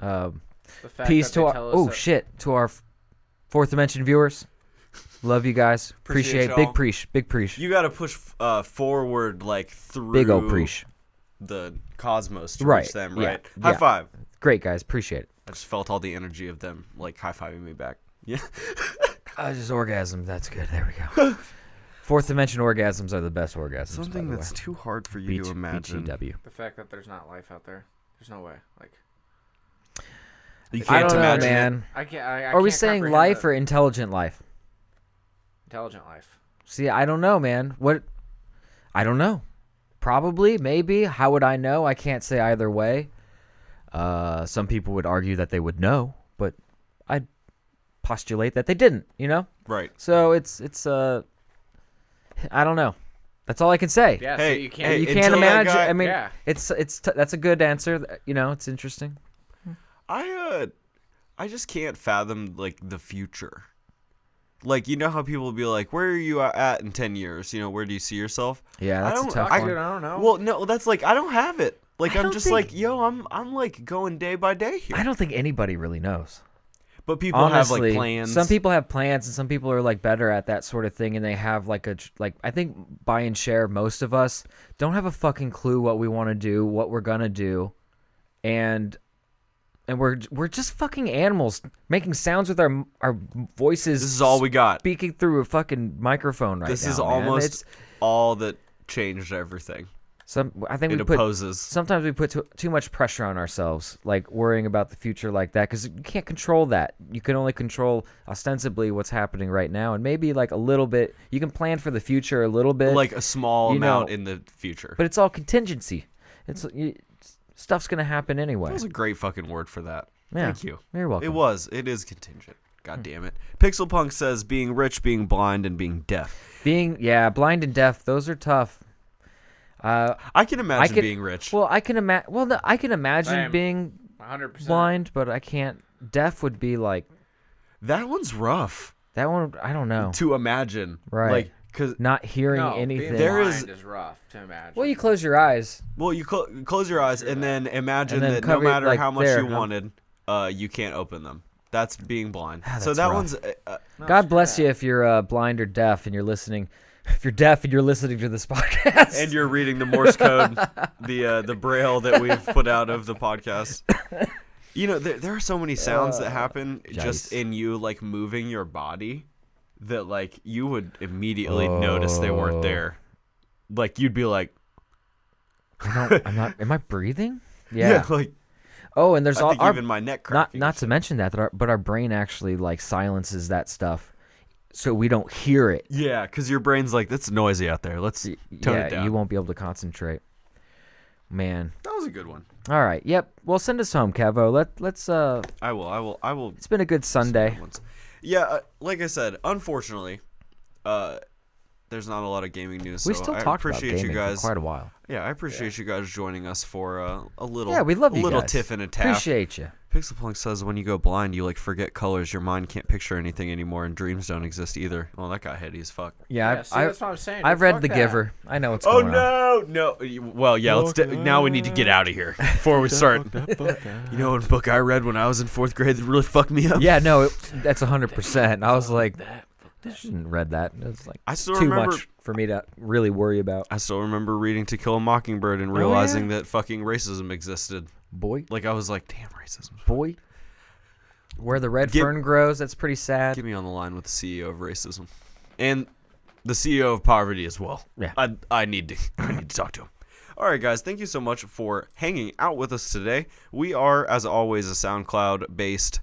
Speaker 3: Um,
Speaker 4: The fact
Speaker 3: peace
Speaker 4: that
Speaker 3: to
Speaker 4: they
Speaker 3: our
Speaker 4: tell us
Speaker 3: oh
Speaker 4: that-
Speaker 3: shit to our f- fourth dimension viewers. Love you guys.
Speaker 2: Appreciate
Speaker 3: Appreciate, big
Speaker 2: y'all.
Speaker 3: preach, big preach,
Speaker 2: you got to push uh, forward like through
Speaker 3: big old preach.
Speaker 2: the cosmos to
Speaker 3: Right,
Speaker 2: reach them.
Speaker 3: yeah,
Speaker 2: Right. High
Speaker 3: yeah.
Speaker 2: five.
Speaker 3: Great guys, appreciate it.
Speaker 2: I just felt all the energy of them like high fiving me back. Yeah.
Speaker 3: I Uh, just orgasm. That's good. There we go. Fourth dimension orgasms are the best orgasms.
Speaker 2: Something that's too hard for you
Speaker 3: B-
Speaker 2: to imagine.
Speaker 3: BTW.
Speaker 4: The fact that there's not life out there. There's no way. Like
Speaker 2: You
Speaker 3: I
Speaker 2: can't
Speaker 3: don't know,
Speaker 2: imagine. it.
Speaker 3: man.
Speaker 4: I can't. I, I
Speaker 3: Are we
Speaker 4: can't
Speaker 3: saying
Speaker 4: comprehend
Speaker 3: life
Speaker 4: the
Speaker 3: or intelligent life?
Speaker 4: intelligent life?
Speaker 3: See, I don't know, man. What? I don't know. Probably, maybe. How would I know? I can't say either way. Uh, some people would argue that they would know, but I'd postulate that they didn't. You know.
Speaker 2: Right.
Speaker 3: So it's it's uh, I don't know. That's all I can say.
Speaker 4: Yeah.
Speaker 2: Hey,
Speaker 4: so you can't.
Speaker 2: hey,
Speaker 3: You can't
Speaker 2: until that
Speaker 3: imagine.
Speaker 2: guy-
Speaker 3: I mean,
Speaker 4: Yeah.
Speaker 3: it's it's t- that's a good answer. th- You know, it's interesting.
Speaker 2: I uh, I just can't fathom like the future. Like you know how people be like, "Where are you a- at in ten years? You know, where do you see yourself?"
Speaker 3: Yeah, that's a
Speaker 2: I don't,
Speaker 3: tough
Speaker 2: I,
Speaker 3: one.
Speaker 4: Dude, I don't know.
Speaker 2: Well, no, that's like I don't have it. Like
Speaker 3: I
Speaker 2: I'm
Speaker 3: don't
Speaker 2: just
Speaker 3: think-
Speaker 2: like, yo, I'm I'm like going day by day here.
Speaker 3: I don't think anybody really knows.
Speaker 2: But people
Speaker 3: Honestly,
Speaker 2: have like plans.
Speaker 3: some people have plans, and some people are like better at that sort of thing, and they have like a tr- like. I think buy and share. Most of us don't have a fucking clue what we want to do, what we're gonna do, and and we're we're just fucking animals making sounds with our our voices.
Speaker 2: This is all we got.
Speaker 3: speaking through a fucking microphone right
Speaker 2: this
Speaker 3: now.
Speaker 2: is
Speaker 3: man.
Speaker 2: almost
Speaker 3: It's-
Speaker 2: all that changed everything.
Speaker 3: Some I think
Speaker 2: It
Speaker 3: we put
Speaker 2: opposes.
Speaker 3: sometimes we put too, too much pressure on ourselves, like worrying about the future like that, because you can't control that. You can only control ostensibly what's happening right now, and maybe like a little bit. You can plan for the future a little bit,
Speaker 2: like a small
Speaker 3: you
Speaker 2: amount
Speaker 3: know,
Speaker 2: in the future.
Speaker 3: but it's all contingency. It's you, stuff's gonna happen anyway.
Speaker 2: that was a great fucking word for that.
Speaker 3: Yeah.
Speaker 2: Thank you.
Speaker 3: You're welcome.
Speaker 2: It was. It is contingent. God damn it. Pixel Punk says being rich, being blind, and being deaf.
Speaker 3: Being yeah, blind and deaf, those are tough. Uh,
Speaker 2: I can imagine
Speaker 3: I can
Speaker 2: being rich.
Speaker 3: Well, I can imagine. Well, no, I can imagine
Speaker 4: Same.
Speaker 3: being
Speaker 4: 100%.
Speaker 3: blind, but I can't. Deaf would be like
Speaker 2: that one's rough
Speaker 3: that one. I don't know.
Speaker 2: to imagine.
Speaker 3: Right.
Speaker 2: Like, cause
Speaker 3: Not hearing
Speaker 4: No,
Speaker 3: anything.
Speaker 4: Being
Speaker 2: There
Speaker 4: blind
Speaker 2: is-
Speaker 4: is rough to imagine.
Speaker 3: Well, you close your eyes.
Speaker 2: well, you clo- close your eyes and then imagine
Speaker 3: And then
Speaker 2: that
Speaker 3: cover it,
Speaker 2: no matter
Speaker 3: like,
Speaker 2: how much
Speaker 3: there,
Speaker 2: you
Speaker 3: huh?
Speaker 2: wanted, uh, you can't open them. That's being blind. so
Speaker 3: Ah, that's
Speaker 2: that
Speaker 3: rough.
Speaker 2: one's uh, uh,
Speaker 3: God bless you if you're uh, blind or deaf and you're listening. If you're deaf and you're listening to this podcast,
Speaker 2: and you're reading the Morse code, the uh, the braille that we've put out of the podcast. You know, there, there are so many sounds that happen
Speaker 3: jice.
Speaker 2: just in you like moving your body that like you would immediately
Speaker 3: Oh.
Speaker 2: notice they weren't there. Like you'd be like,
Speaker 3: I don't, I'm not. Am I breathing? Yeah.
Speaker 2: yeah, like
Speaker 3: Oh, and there's
Speaker 2: I
Speaker 3: all
Speaker 2: think
Speaker 3: our,
Speaker 2: even my neck
Speaker 3: not
Speaker 2: cracking.
Speaker 3: not to mention that, that our, but our brain actually like silences that stuff, so we don't hear it.
Speaker 2: yeah, because your brain's like that's noisy out there. Let's tone
Speaker 3: yeah,
Speaker 2: it down.
Speaker 3: you won't be able to concentrate. Man.
Speaker 2: that was a good one.
Speaker 3: All right. Yep. Well, send us home, Kevo. Let let's. Uh,
Speaker 2: I will. I will. I will
Speaker 3: it's been a good Sunday.
Speaker 2: once. Yeah, uh, like I said, unfortunately, uh, there's not a lot of gaming news.
Speaker 3: We
Speaker 2: so
Speaker 3: still
Speaker 2: I
Speaker 3: talked about
Speaker 2: appreciate
Speaker 3: gaming
Speaker 2: you guys.
Speaker 3: for quite a while.
Speaker 2: Yeah, I appreciate you guys joining us for uh, a little.
Speaker 3: Yeah, we love
Speaker 2: a
Speaker 3: you
Speaker 2: little
Speaker 3: guys.
Speaker 2: tiff and a taff.
Speaker 3: Appreciate you.
Speaker 2: Pixelpunk says when you go blind, you like forget colors. Your mind can't picture anything anymore, and dreams don't exist either. Well, that got heady as fuck.
Speaker 3: Yeah,
Speaker 4: Yeah,
Speaker 3: I've,
Speaker 4: see,
Speaker 3: I,
Speaker 4: that's what I'm saying.
Speaker 3: I've
Speaker 4: dude.
Speaker 3: read
Speaker 4: Fuck
Speaker 3: The
Speaker 4: that.
Speaker 3: Giver. I know what's
Speaker 2: Oh
Speaker 3: going on.
Speaker 2: no, no. y- Well, yeah. Let's de- now we need to get out of here before we start. you know, what book I read when I was in fourth grade that really fucked me up.
Speaker 3: Yeah, no, it, that's hundred percent. I was like, I shouldn't read that. It was like
Speaker 2: I still
Speaker 3: too
Speaker 2: remember-
Speaker 3: much for me to really worry about.
Speaker 2: I still remember reading To Kill a Mockingbird and realizing that fucking racism existed.
Speaker 3: Boy,
Speaker 2: Like I was like, damn racism.
Speaker 3: boy, where the red
Speaker 2: Give-
Speaker 3: fern grows. That's pretty sad.
Speaker 2: Get me on the line with the CEO of racism, and the CEO of poverty as well.
Speaker 3: Yeah.
Speaker 2: I I need to I need to talk to him. All right, guys. Thank you so much for hanging out with us today. We are, as always, a SoundCloud-based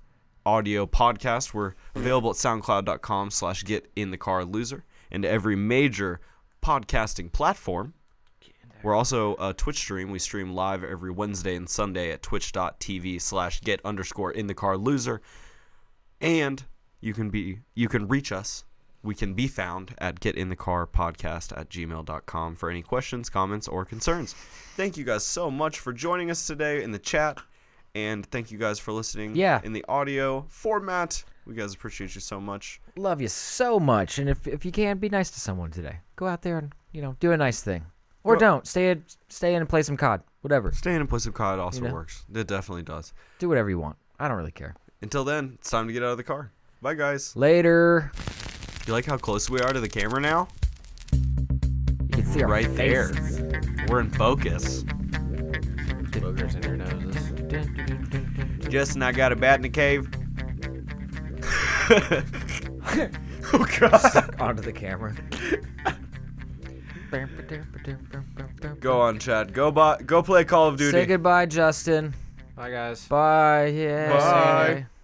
Speaker 2: audio podcast. We're available at soundcloud.com/slash get in the car loser and every major podcasting platform. We're also a Twitch stream. We stream live every Wednesday and Sunday at twitch.tv slash get underscore in the car loser. And you can be you can reach us. We can be found at getinthecarpodcast at gmail.com for any questions, comments, or concerns. Thank you guys so much for joining us today in the chat. And thank you guys for listening
Speaker 3: Yeah.
Speaker 2: in the audio format. We guys appreciate you so much.
Speaker 3: Love you so much, and if if you can, be nice to someone today. Go out there and you know do a nice thing, or don't stay in- stay in and play some COD. Whatever,
Speaker 2: Staying in place of COD also
Speaker 3: know.
Speaker 2: works. It definitely does.
Speaker 3: do whatever you want. I don't really care.
Speaker 2: Until then, it's time to get out of the car. Bye guys.
Speaker 3: Later.
Speaker 2: You like how close we are to the camera now?
Speaker 3: You can see our
Speaker 2: Right there.
Speaker 3: faces.
Speaker 2: We're in focus.
Speaker 4: Boogers in your noses.
Speaker 2: Justin, I got a bat in the cave. oh god.
Speaker 3: onto the camera.
Speaker 2: Go on, Chad. Go bo- go play Call of Duty.
Speaker 3: Say goodbye, Justin.
Speaker 4: Bye, guys.
Speaker 3: Bye. Yeah.
Speaker 2: Bye.
Speaker 3: say-